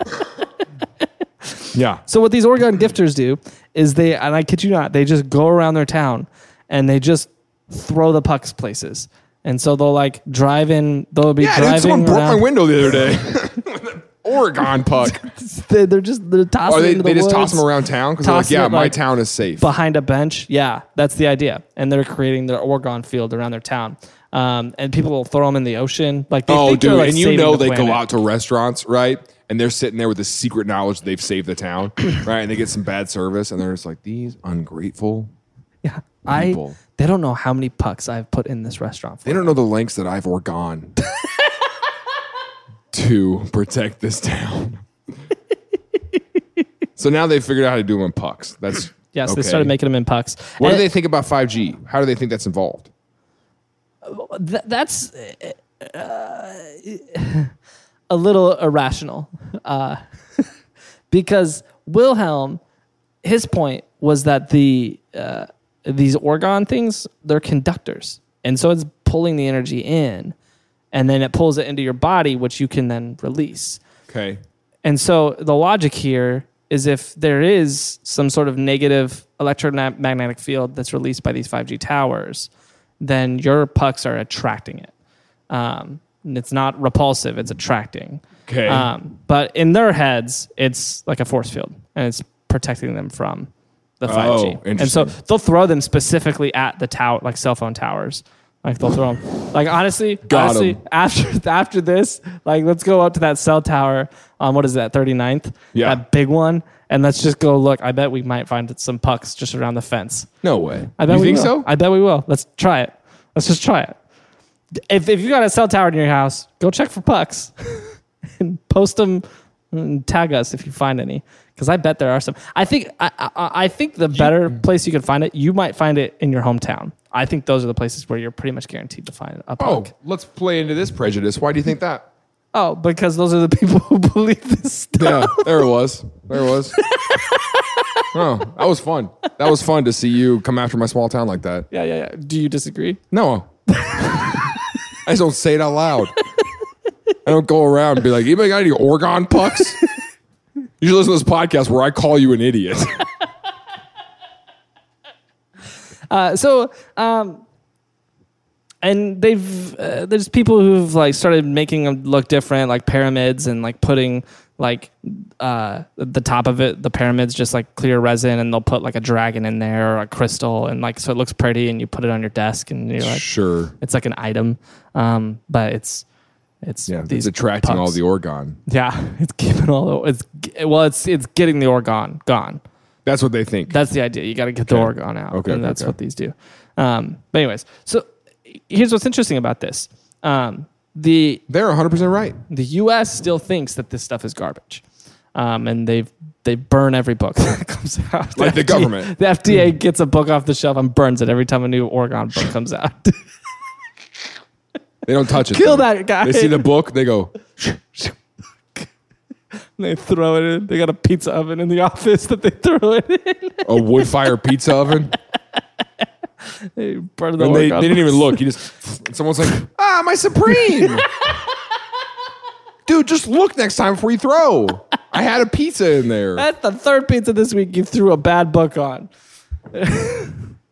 A: chemtrail.
B: yeah,
A: so what these Oregon gifters do is they, and I kid you not, they just go around their town and they just throw the pucks places. And so they'll like drive in. They'll be
B: yeah.
A: driving
B: Dude, someone broke my
A: around.
B: window the other day. Oregon puck.
A: They, they're just they're tossing.
B: Or they,
A: it into
B: they
A: the
B: just toss
A: woods.
B: them around town because like,
A: Tossing
B: yeah,
A: it,
B: my
A: like,
B: town is safe.
A: behind a bench. Yeah, that's the idea. And they're creating their Oregon field around their town. Um, and people will throw them in the ocean. Like they
B: Oh,
A: think they're,
B: dude,
A: like,
B: and you
A: saving
B: know
A: the
B: they go
A: planet.
B: out to restaurants, right? And they're sitting there with the secret knowledge they've saved the town, right? And they get some bad service, and they're just like these ungrateful.
A: Yeah, I.
B: people.
A: They don't know how many pucks I've put in this restaurant. For.
B: They don't know the lengths that I've or gone. to protect this town. so now they figured out how to do them in pucks. That's
A: Yes,
B: okay.
A: they started making them in pucks.
B: What do
A: And
B: they think about 5G? How do they think that's involved?
A: th- that's uh, a little irrational uh, because Wilhelm, his point was that the uh, these orgon things they're conductors, and so it's pulling the energy in, and then it pulls it into your body, which you can then release.
B: Okay.
A: And so the logic here is if there is some sort of negative electromagnetic field that's released by these 5G towers, then your pucks are attracting it. Um, and it's not repulsive, it's attracting.
B: Okay.
A: Um, but in their heads, it's like a force field and it's protecting them from the 5G. and so
B: Oh, interesting.
A: they'll throw them specifically at the tower, like cell phone towers. Like they'll throw them. Like honestly,
B: Got
A: honestly,
B: 'em.
A: after after this, like let's go up to that cell tower on what is that 39th?
B: Yeah.
A: That big one. And let's just go look. I bet we might find some pucks just around the fence.
B: no way.
A: I bet
B: you
A: we
B: think
A: will.
B: so?
A: I bet we will. Let's try it. Let's just try it. If if you got a cell tower in your house, go check for pucks and post them and tag us if you find any. Because I bet there are some. I think I, I, I think the better place you could find it, you might find it in your hometown. I think those are the places where you're pretty much guaranteed to find a
B: oh,
A: puck.
B: let's play into this prejudice. Why do you think that?
A: Oh, because those are the people who believe this stuff.
B: Yeah, there it was. There it was. oh, that was fun. That was fun to see you come after my small town like that.
A: Yeah, yeah, yeah. Do you disagree?
B: No. I just don't say it out loud. I don't go around and be like, anybody got any Oregon pucks? You should listen to this podcast where I call you an idiot.
A: Uh, so um and they've uh, there's people who've like started making them look different like pyramids and like putting like uh the top of it the pyramids just like clear resin and they'll put like a dragon in there or a crystal and like so it looks pretty and you put it on your desk and you're like
B: sure.
A: it's like an item um but it's it's
B: Yeah,
A: these
B: it's attracting all
A: pucks.
B: the Oregon.
A: yeah it's keeping all the it's ge- well it's it's getting the orgon gone
B: That's what they think.
A: that's the idea. You got to get the
B: Okay.
A: Oregon out.
B: Okay,
A: Okay. And
B: okay,
A: that's
B: okay.
A: what these do. Um, but, anyways, so here's what's interesting about this um, the,
B: They're 100% right.
A: the US still thinks that this stuff is garbage. Um, and they've, they burn every book that comes out.
B: Like the
A: FDA
B: government.
A: The FDA gets a book off the shelf and burns it every time a new Oregon book comes out.
B: They don't touch it.
A: Kill
B: though.
A: that guy.
B: They see the book, they go,
A: they throw it in. They got a pizza oven in the office that they throw it in.
B: a wood fire pizza oven.
A: They burn the
B: And they,
A: Oregon
B: they didn't even
A: books.
B: look. You just and someone's like, ah, my supreme. Dude, just look next time before you throw. I had a pizza in there.
A: That's the third pizza this week you threw a bad book on. oh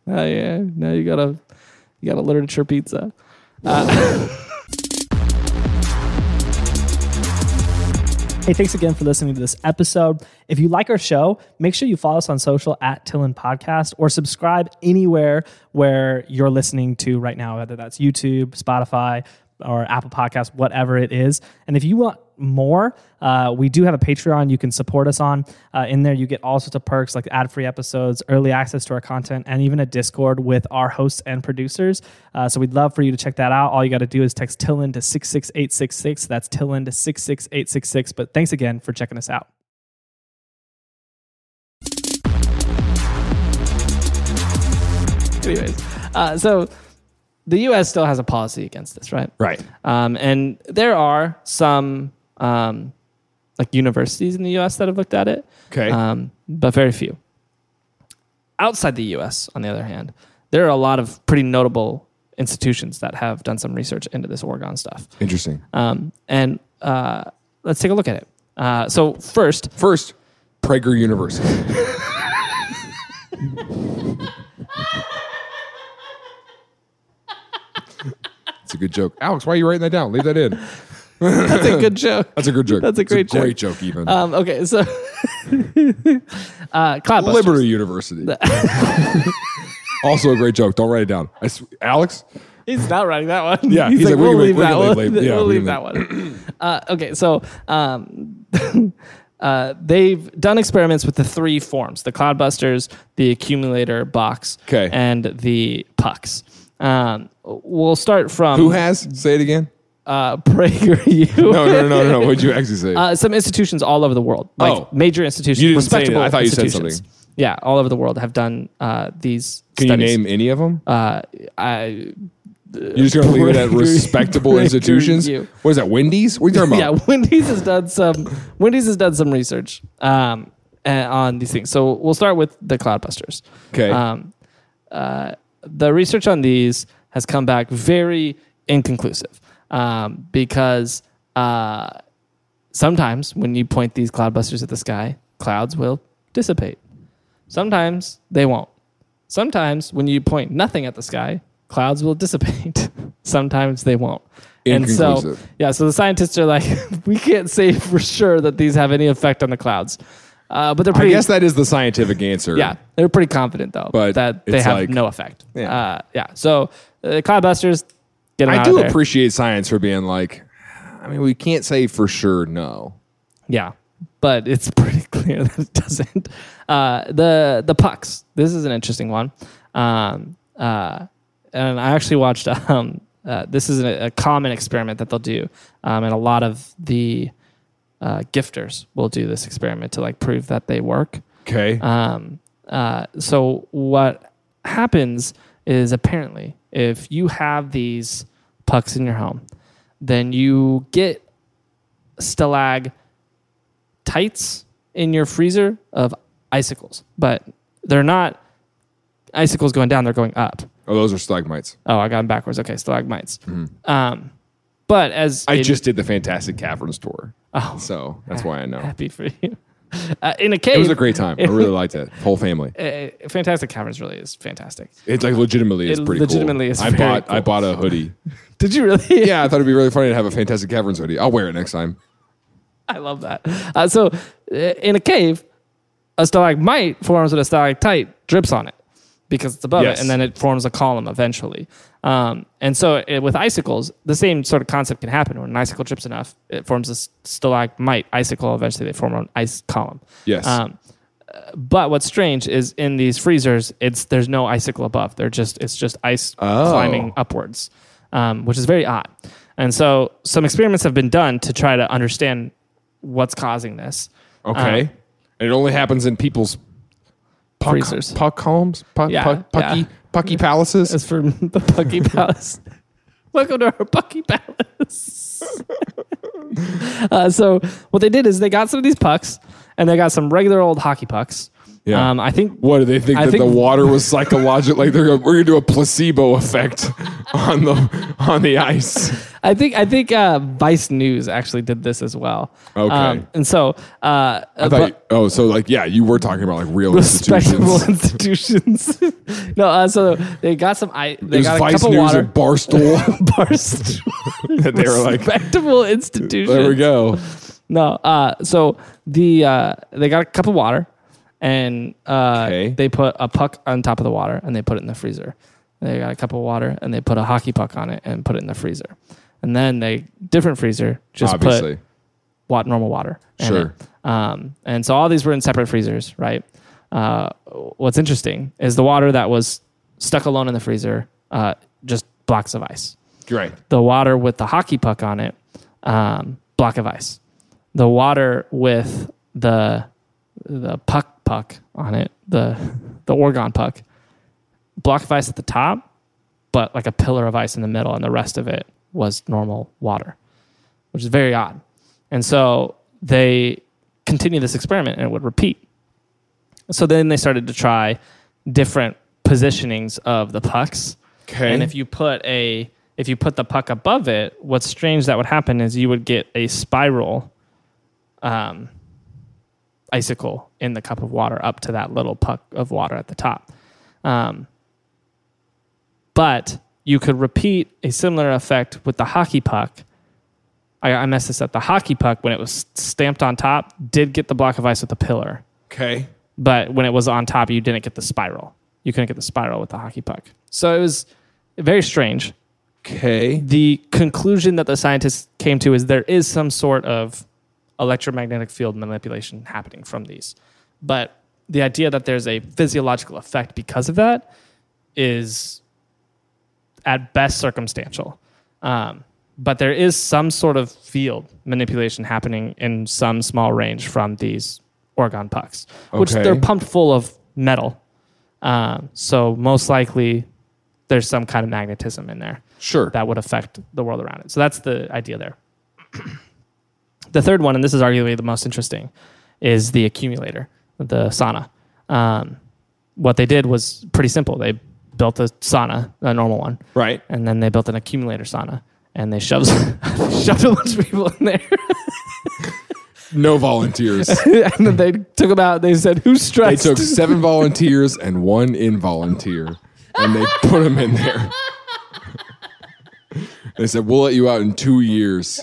A: yeah, now you got a you got a literature pizza.
E: Hey, thanks again for listening to this episode. If you like our show, make sure you follow us on social at Tillin Podcast or subscribe anywhere where you're listening to right now, whether that's YouTube, Spotify, or Apple Podcasts, whatever it is. And if you want more, uh, we do have a Patreon you can support us on. Uh, in there, you get all sorts of perks like ad free episodes, early access to our content, and even a Discord with our hosts and producers. Uh, so we'd love for you to check that out. All you got to do is text Tillin to 66866. That's Tillin to 66866. But thanks again for checking us out.
A: Anyways, uh, so the U.S. still has a policy against this, right?
B: Right.
A: Um, and there are some um, like universities in the U.S. that have looked at it,
B: Okay.
A: um, but very few. Outside the U.S., on the other hand, there are a lot of pretty notable institutions that have done some research into this Oregon stuff.
B: Interesting.
A: Um, and uh, let's take a look at it. Uh, so first,
B: First, Prager University. It's a good joke. Alex, why are you writing that down? Leave that in.
A: that's a good joke.
B: That's a good joke.
A: That's a
B: It's
A: great joke.
B: great joke, even.
A: Um, okay, so uh, Cloudbusters.
B: Liberty University. also a great joke. Don't write it down. I sw- Alex,
A: He's not writing that one.
B: Yeah,
A: he's,
B: he's
A: like,
B: like,
A: we'll
B: we
A: leave
B: can make-
A: that
B: we
A: one.
B: can leave- yeah,
A: we'll
B: we
A: leave
B: can
A: that one. Uh, okay, so um, uh, they've done experiments with the three forms: the Cloudbusters, the Accumulator Box,
B: 'Kay.
A: and the Pucks. Um, we'll start from
B: who has? Say it again.
A: uh, PragerU.
B: No, no, no, no, no. What'd you actually say?
A: Uh, some institutions all over the world, like
B: Oh.
A: major institutions,
B: You didn't say
A: respectable
B: that. I thought you said
A: institutions.
B: something.
A: Yeah, all over the world have done uh, these.
B: Can
A: studies.
B: you name any of them?
A: Uh, I,
B: You're just gonna leave it at
A: Prager-
B: respectable
A: Prager
B: institutions.
A: U.
B: What is that? Wendy's? What are you talking
A: yeah,
B: about?
A: Wendy's has done some. Wendy's has done some research um, eh, on these things. So we'll start with the Cloudbusters.
B: Okay.
A: Um, uh, the research on these has come back very inconclusive um, because uh, sometimes when you point these cloudbusters at the sky, clouds will dissipate. Sometimes they won't. Sometimes when you point nothing at the sky, clouds will dissipate. sometimes they won't. And so,
B: Inconclusive.
A: yeah, so the scientists are like, we can't say for sure that these have any effect on the clouds. Uh, but they're
B: I
A: pretty
B: guess that is the scientific answer.
A: yeah, they're pretty confident though
B: But
A: that they
B: it's
A: have
B: like-
A: no effect.
B: Yeah.
A: uh, yeah. So uh, cloudbusters, get 'em
B: I
A: out
B: do
A: of there.
B: appreciate science for being like. I mean, we can't say for sure no.
A: Yeah, but it's pretty clear that it doesn't. Uh, the the pucks. This is an interesting one. Um, uh, and I actually watched. Um, uh, this is a, a common experiment that they'll do, um, and a lot of the uh, gifters will do this experiment to like prove that they work.
B: Okay.
A: Um, uh, so what happens is apparently if you have these pucks in your home, then you get stalactites in your freezer of icicles, but they're not icicles going down; they're going up.
B: oh, those are stalagmites.
A: Oh, I got them backwards. Okay, stalagmites. Um, but as
B: I
A: in-
B: just did the Fantastic Caverns tour.
A: Oh.
B: So that's why I know.
A: happy for you. Uh, in a cave,
B: It was a great time. I really liked it. Whole family.
A: uh, Fantastic Caverns really is fantastic.
B: It's like legitimately is
A: It
B: pretty
A: legitimately
B: cool.
A: is
B: I
A: very
B: bought
A: cool.
B: I bought a hoodie.
A: Did you really?
B: Yeah, I thought it'd be really funny to have a Fantastic Caverns hoodie. I'll wear it next time.
A: I love that. Uh, so, uh, in a cave, a stalagmite forms when a stalactite drips on it because it's above
B: Yes.
A: it, and then it forms a column eventually. Um, and so, it, with icicles, the same sort of concept can happen. When an icicle drips enough, it forms a s- stalagmite icicle. Eventually, they form an ice column.
B: Yes.
A: Um, uh, but what's strange is in these freezers, it's there's no icicle above. They're just it's just ice
B: Oh.
A: climbing upwards, um, which is very odd. And so some experiments have been done to try to understand what's causing this.
B: Okay.
A: Um,
B: and it only happens in people's puck,
A: Freezers.
B: puck homes, puck,
A: Yeah,
B: puck, pucky,
A: yeah.
B: pucky palaces.
A: As for the Bucky Palace, welcome to our Bucky Palace. uh, so what they did is they got some of these pucks and they got some regular old hockey pucks.
B: Yeah.
A: Um, I think
B: What do they think
A: I
B: that
A: think-
B: the water was psychological? like they're gonna, we're gonna do a placebo effect on the on the ice.
A: I think I think uh, Vice News actually did this as well. Um,
B: Okay.
A: and so uh,
B: I thought. you- oh, so like yeah, you were talking about like real
A: respectable
B: institutions.
A: institutions. no, uh, so they got some. I
B: It
A: they
B: was
A: got a cup
B: Vice
A: of
B: News
A: water.
B: and Barstool.
A: Bars-
B: that they were like,
A: respectable institutions.
B: there we go.
A: No, uh, so the uh, they got a cup of water, and uh,
B: Okay.
A: they put a puck on top of the water, and they put it in the freezer. They got a cup of water, and they put a hockey puck on it, and put it in the freezer. And then they different freezer just put
B: Obviously,
A: wat normal water. in
B: Sure.
A: it. Um, and so all these were in separate freezers, right? Uh, what's interesting is the water that was stuck alone in the freezer, uh, just blocks of ice.
B: great.
A: The water with the hockey puck on it, um, block of ice. The water with the the puck puck on it, the the Oregon puck, block of ice at the top, but like a pillar of ice in the middle, and the rest of it was normal water, which is very odd. And so they continue this experiment and it would repeat. So then they started to try different positionings of the pucks.
B: Okay.
A: And if you put a if you put the puck above it, what's strange that would happen is you would get a spiral um, icicle in the cup of water up to that little puck of water at the top. Um, but you could repeat a similar effect with the hockey puck. I, I messed this up. The hockey puck, when it was stamped on top, did get the block of ice with the pillar.
B: Okay.
A: But when it was on top, you didn't get the spiral. You couldn't get the spiral with the hockey puck. So it was very strange
B: Okay.
A: the conclusion that the scientists came to is there is some sort of electromagnetic field manipulation happening from these. But the idea that there's a physiological effect because of that is at best circumstantial. Um, but there is some sort of field manipulation happening in some small range from these Oregon pucks, which
B: Okay.
A: they're pumped full of metal. Um, so most likely, there's some kind of magnetism in there
B: Sure.
A: that would affect the world around it. So that's the idea there. the third one, and this is arguably the most interesting, is the accumulator, the sauna. Um, what they did was pretty simple. They built a sauna, a normal one,
B: right.
A: and then they built an accumulator sauna, and they shoved shoved a bunch of people in there,
B: No volunteers.
A: and then they took them out. They said, "Who's
B: they
A: stressed?"
B: took seven volunteers and one involunteer, and they put them in there. They said, "We'll let you out in two years."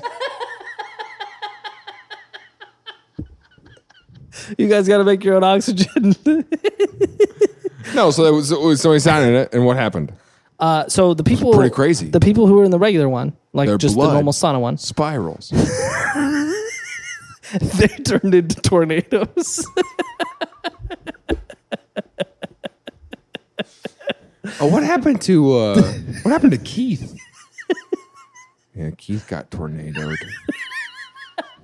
A: you guys got to make your own oxygen.
B: No, so that was, so somebody signed it, and what happened?
A: uh, so the people
B: pretty crazy.
A: The people who were in the regular one, like
B: Their
A: just
B: blood.
A: the normal sauna one,
B: Spirals.
A: they turned into tornadoes.
B: Oh, what happened to uh, what happened to Keith? Yeah, Keith got tornadoed.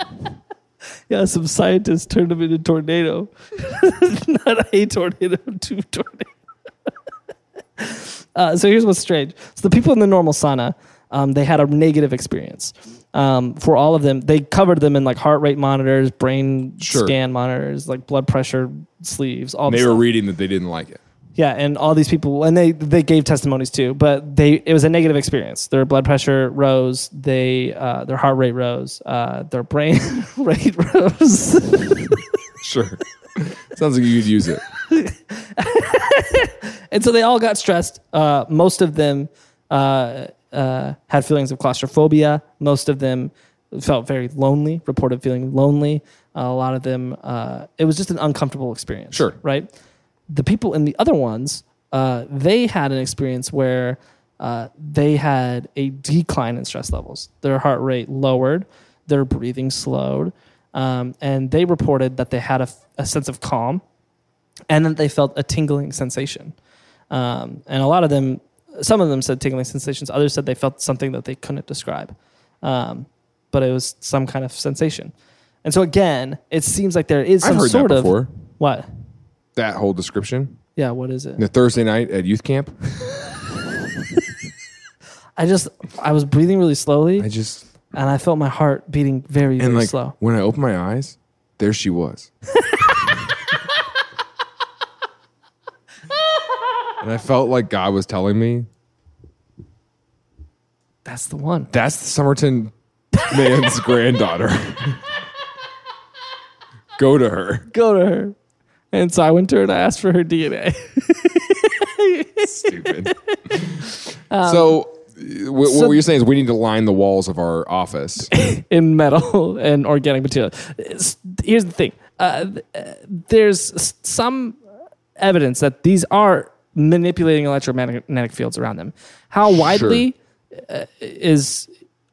A: Yeah, some scientists turned him into tornado. Not a tornado, two tornado. uh, so here's what's strange. So the people in the normal sauna, um, they had a negative experience. Um, for all of them, they covered them in like heart rate monitors, brain
B: Sure.
A: scan monitors, like blood pressure sleeves, all
B: And
A: this
B: they were
A: stuff.
B: reading that they didn't like it.
A: Yeah, and all these people, and they they gave testimonies too, but they it was a negative experience. Their blood pressure rose, they uh, their heart rate rose, uh, their brain rate rose.
B: Sure. Sounds like you could use it.
A: And so they all got stressed. Uh, most of them uh, uh, had feelings of claustrophobia. Most of them felt very lonely, reported feeling lonely. a lot of them, uh, it was just an uncomfortable experience.
B: Sure.
A: Right? The people in the other ones, uh, they had an experience where uh, they had a decline in stress levels. Their heart rate lowered, their breathing slowed, um, and they reported that they had a, a sense of calm and that they felt a tingling sensation. Um, and a lot of them, some of them said tingling sensations. Others said they felt something that they couldn't describe, um, but it was some kind of sensation. And so again, it seems like there is
B: I've
A: some
B: heard
A: sort
B: that
A: of
B: before.
A: what?
B: That whole description.
A: Yeah, what is it?
B: The Thursday night at youth camp.
A: I just I was breathing really slowly,
B: I just
A: and I felt my heart beating very very
B: and like
A: slow.
B: when I opened my eyes, there she was. and I felt like God was telling me
A: That's the one.
B: That's the Somerton man's granddaughter. Go to her.
A: Go to her. And so I went to her and I asked for her DNA.
B: Stupid. so, uh,
A: Um,
B: wh-
A: so-
B: what you're saying is we need to line the walls of our office.
A: in metal and organic material. It's- Here's the thing: uh, th- uh, there's s- some evidence that these are manipulating electromagnetic fields around them. How widely uh, is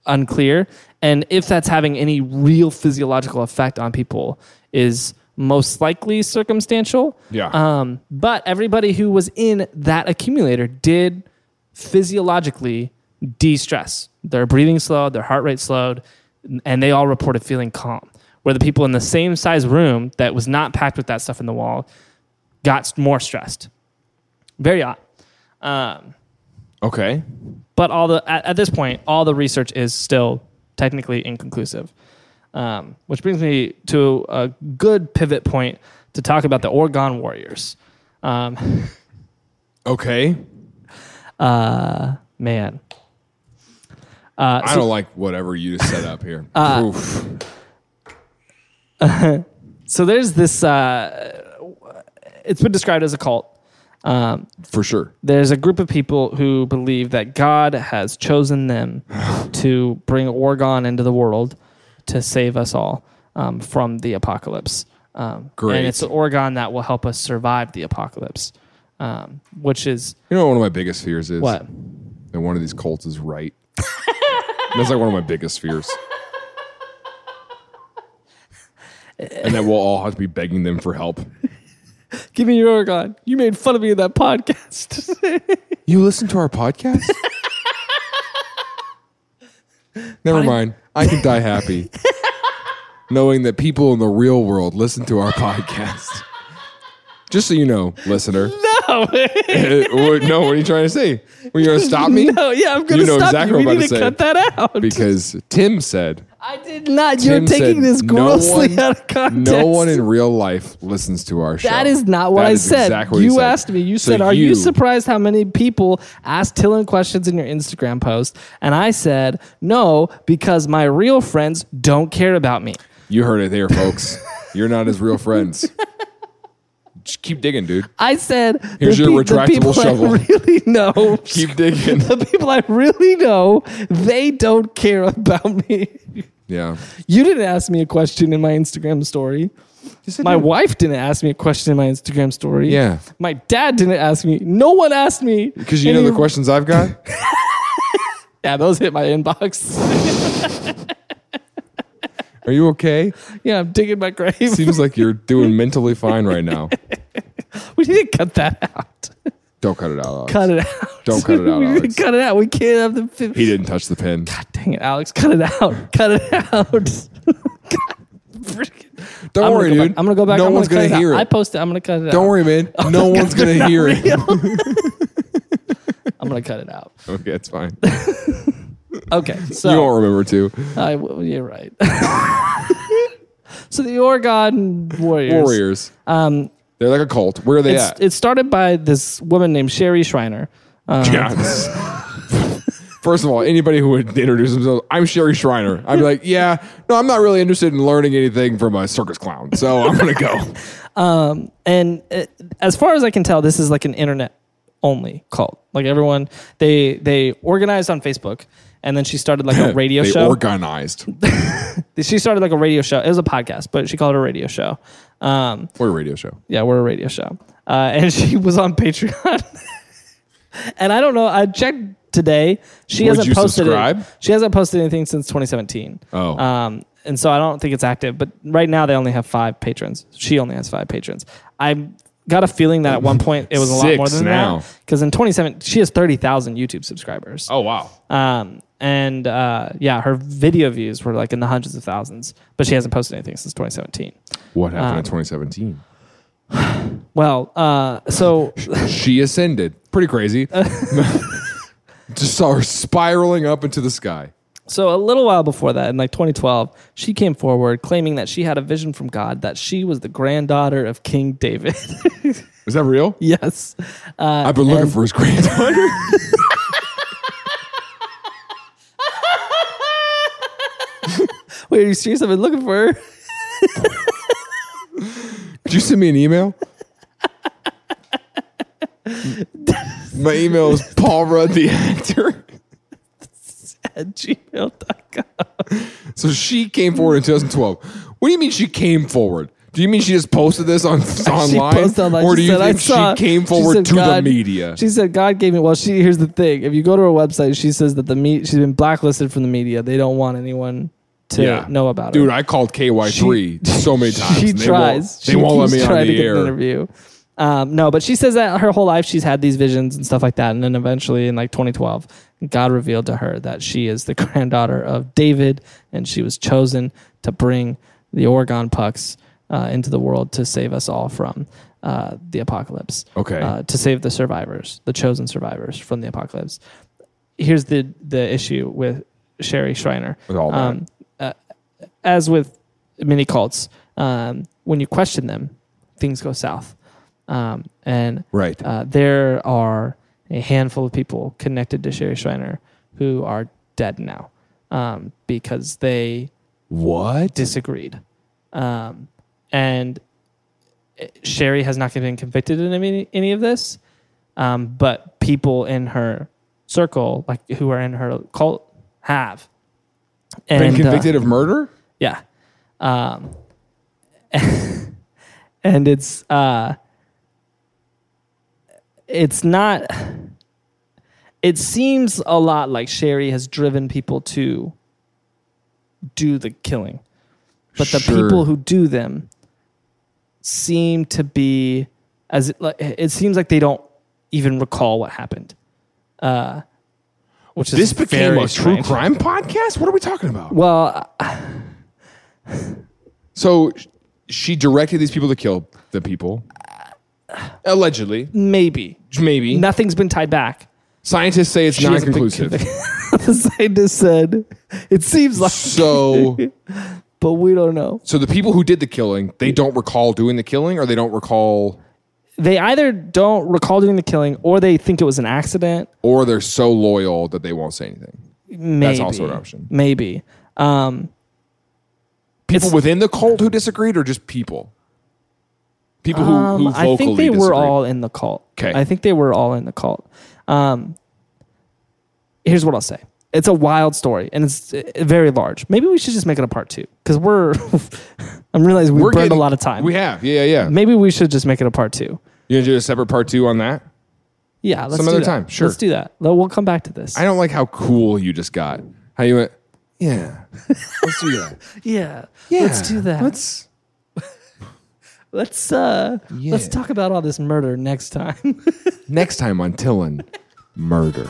A: unclear, and if that's having any real physiological effect on people is most likely circumstantial.
B: Yeah.
A: Um, but everybody who was in that accumulator did physiologically de-stress. Their breathing slowed, their heart rate slowed, and they all reported feeling calm. Where the people in the same size room that was not packed with that stuff in the wall got s- more stressed. Very odd. Um,
B: Okay.
A: but all the at, at this point, all the research is still technically inconclusive. Um, which brings me to a good pivot point to talk about the Oregon Warriors. Um,
B: Okay.
A: Uh, man. Uh,
B: I
A: so, Uh,
B: don't like whatever you just set up here. Oof.
A: so there's this. Uh, it's been described as a cult. Um,
B: For sure.
A: there's a group of people who believe that God has chosen them to bring Oregon into the world to save us all um, from the apocalypse. Um,
B: Great.
A: And it's the Oregon that will help us survive the apocalypse, um, which is
B: You know what one of my biggest fears is?
A: what?
B: That one of these cults is right. That's like one of my biggest fears. And that we'll all have to be begging them for help.
A: Give me your Oregon. You made fun of me in that podcast.
B: You listen to our podcast? Never mind. I can die happy knowing that people in the real world listen to our podcast. Just so you know, listener.
A: No.
B: Eh, what- no, what are you trying to say? Were you going to stop me?
A: no, yeah, I'm gonna
B: You know
A: stop you.
B: exactly
A: We
B: what I'm
A: need to
B: about to
A: cut that out.
B: Because Tim said,
A: I did not. You're
B: Tim
A: taking
B: said,
A: this
B: "No one-
A: grossly out of context.
B: no one in real life listens to our show.
A: That is not what
B: That
A: I
B: is
A: said.
B: exactly what he
A: you
B: said.
A: asked me. You
B: So
A: said, "Are you, surprised how many people asked Tillen questions in your Instagram post?" And I said, "No, because my real friends don't care about me."
B: You heard it there, folks. You're not his real friends. Just keep digging, dude.
A: I said,
B: Here's
A: the,
B: your
A: pe- the
B: retractable
A: people
B: shovel.
A: I really know,
B: Keep digging.
A: the people I really know, they don't care about me."
B: Yeah.
A: You didn't ask me a question in my Instagram story. My wife didn't ask me a question in my Instagram story.
B: Yeah.
A: My dad didn't ask me. No one asked me.
B: Because you know
A: any
B: the
A: of-
B: questions I've got?
A: Yeah, those hit my inbox.
B: Are you okay?
A: yeah, I'm digging my grave.
B: Seems like you're doing mentally fine right now.
A: we need to cut that out.
B: Don't cut it out. Alex.
A: Cut it out.
B: Don't cut it out,
A: we need to
B: Alex.
A: cut it out. We can't have the.
B: He didn't touch the pin.
A: Dang it, Alex. Cut it out. Cut it out.
B: Don't
A: I'm,
B: worry,
A: gonna go
B: dude.
A: back. I'm gonna go back.
B: No
A: I'm
B: one's
A: gonna,
B: gonna,
A: cut it out.
B: hear
A: I
B: it.
A: posted. I'm gonna cut it out.
B: Don't worry, man. no one's gonna hear it.
A: I'm gonna cut it out.
B: okay, it's fine.
A: Okay. So
B: you won't remember too.
A: I will- you're right. so the Oregon Warriors.
B: Warriors. Um, they're like a cult. Where are they
A: It's,
B: at?
A: it started by this woman named Sherry Shriner.
B: Yeah. First of all, anybody who would introduce themselves, I'm Sherry Shriner. I'd be like, yeah, no, I'm not really interested in learning anything from a circus clown, so I'm gonna go.
A: and uh, as far as I can tell, this is like an internet only cult. Like everyone, they they organized on Facebook, and then she started like a radio
B: they
A: show.
B: organized.
A: she started like a radio show. It was a podcast, but she called it a radio show. Um,
B: Or a radio show.
A: yeah, we're a radio show, uh, and she was on Patreon. and I don't know. I checked today. She
B: Would
A: hasn't
B: you
A: posted.
B: subscribe?
A: It. She hasn't posted anything since 2017.
B: Oh.
A: Um, and so I don't think it's active. But right now they only have five patrons. She only has five patrons. I got a feeling that at one point it was a lot more
B: Six
A: than
B: now.
A: that. Because in 2017, she has 30,000 YouTube subscribers.
B: Oh wow.
A: Um, and uh, yeah, her video views were like in the hundreds of thousands. But she hasn't posted anything since 2017.
B: What happened
A: Uh.
B: in 2017?
A: Well, uh, so
B: She ascended. Pretty crazy. Just saw her spiraling up into the sky.
A: So a little while before that, in like 2012, she came forward claiming that she had a vision from God that she was the granddaughter of King David.
B: Is that real?
A: yes, Uh,
B: I've been looking for his granddaughter.
A: wait, are you serious? I've been looking for her.
B: Did you send me an email? My email is Paul Rudd the actor.
A: at gmail.com.
B: So she came forward in 2012. What do you mean she came forward? Do you mean she just posted this on online,
A: posted online.
B: or
A: She
B: do you
A: said, "I
B: think
A: saw-
B: she came forward
A: said,
B: to
A: "God-"
B: the media?
A: She said God gave me. Well, she here's the thing. If you go to her website, she says that the me, she's been blacklisted from the media. They don't want anyone to know about
B: Dude,
A: her.
B: I called KY3 so many times.
A: she
B: and they
A: tries.
B: Won't, they won't let
A: keeps
B: me on
A: trying to
B: the
A: get an
B: air.
A: interview. Um, no, but she says that her whole life she's had these visions and stuff like that, and then eventually in like 2012, God revealed to her that she is the granddaughter of David, and she was chosen to bring the Oregon Pucks uh, into the world to save us all from uh, the apocalypse.
B: Okay.
A: uh, to save the survivors, the chosen survivors from the apocalypse. Here's the the issue with Sherry Schreiner
B: With all that.
A: um, uh, as with many cults, um, when you question them, things go south. Um, and
B: Right.
A: uh, there are a handful of people connected to Sherry Schreiner who are dead now um, because they
B: what?
A: disagreed. Um, and uh, Sherry has not been convicted in any, any of this, um, but people in her circle, like who are in her cult, have. And,
B: Been
A: uh,
B: convicted of murder?
A: yeah. Um, and it's uh, it's not. It seems a lot like Sherry has driven people to do the killing, but the
B: Sure.
A: people who do them seem to be as it, like, it seems like they don't even recall what happened. uh, which is
B: This became
A: very
B: a true
A: strange.
B: crime podcast? What are we talking about?
A: Well,
B: So sh- she directed these people to kill the people. Allegedly.
A: maybe
B: Maybe.
A: nothing's been tied back.
B: Scientists say it's non
A: has a big
B: conclusive.
A: the scientist said, "It seems like,
B: So
A: but we don't know."
B: so the people who did the killing, they don't recall doing the killing or they don't recall
A: They either don't recall doing the killing, or they think it was an accident.
B: or they're so loyal that they won't say anything.
A: Maybe
B: also an option.
A: Maybe. Um,
B: People
A: It's-
B: within the cult who disagreed or just people? People who, who
A: Um,
B: vocally
A: I think they were
B: disagreed?
A: all in the cult.
B: 'Kay.
A: I think they were all in the cult. Um, here's what I'll say. It's a wild story and it's uh, very large. Maybe we should just make it a part two because we're. I'm realizing we
B: We're
A: burned
B: getting-
A: a lot of time.
B: We have. Yeah, yeah, yeah.
A: Maybe we should just make it a part two.
B: You gonna do a separate part two on that?
A: Yeah, let's
B: Some
A: do
B: other
A: that.
B: time, sure.
A: Let's do that. Well, We'll come back to this.
B: I don't like how cool you just got. How you went? Yeah. Let's do that.
A: yeah,
B: Yeah.
A: Let's do that. Let's
B: Let's.
A: let's uh
B: Yeah.
A: let's talk about all this murder next time.
B: Next time on Tillin, murder.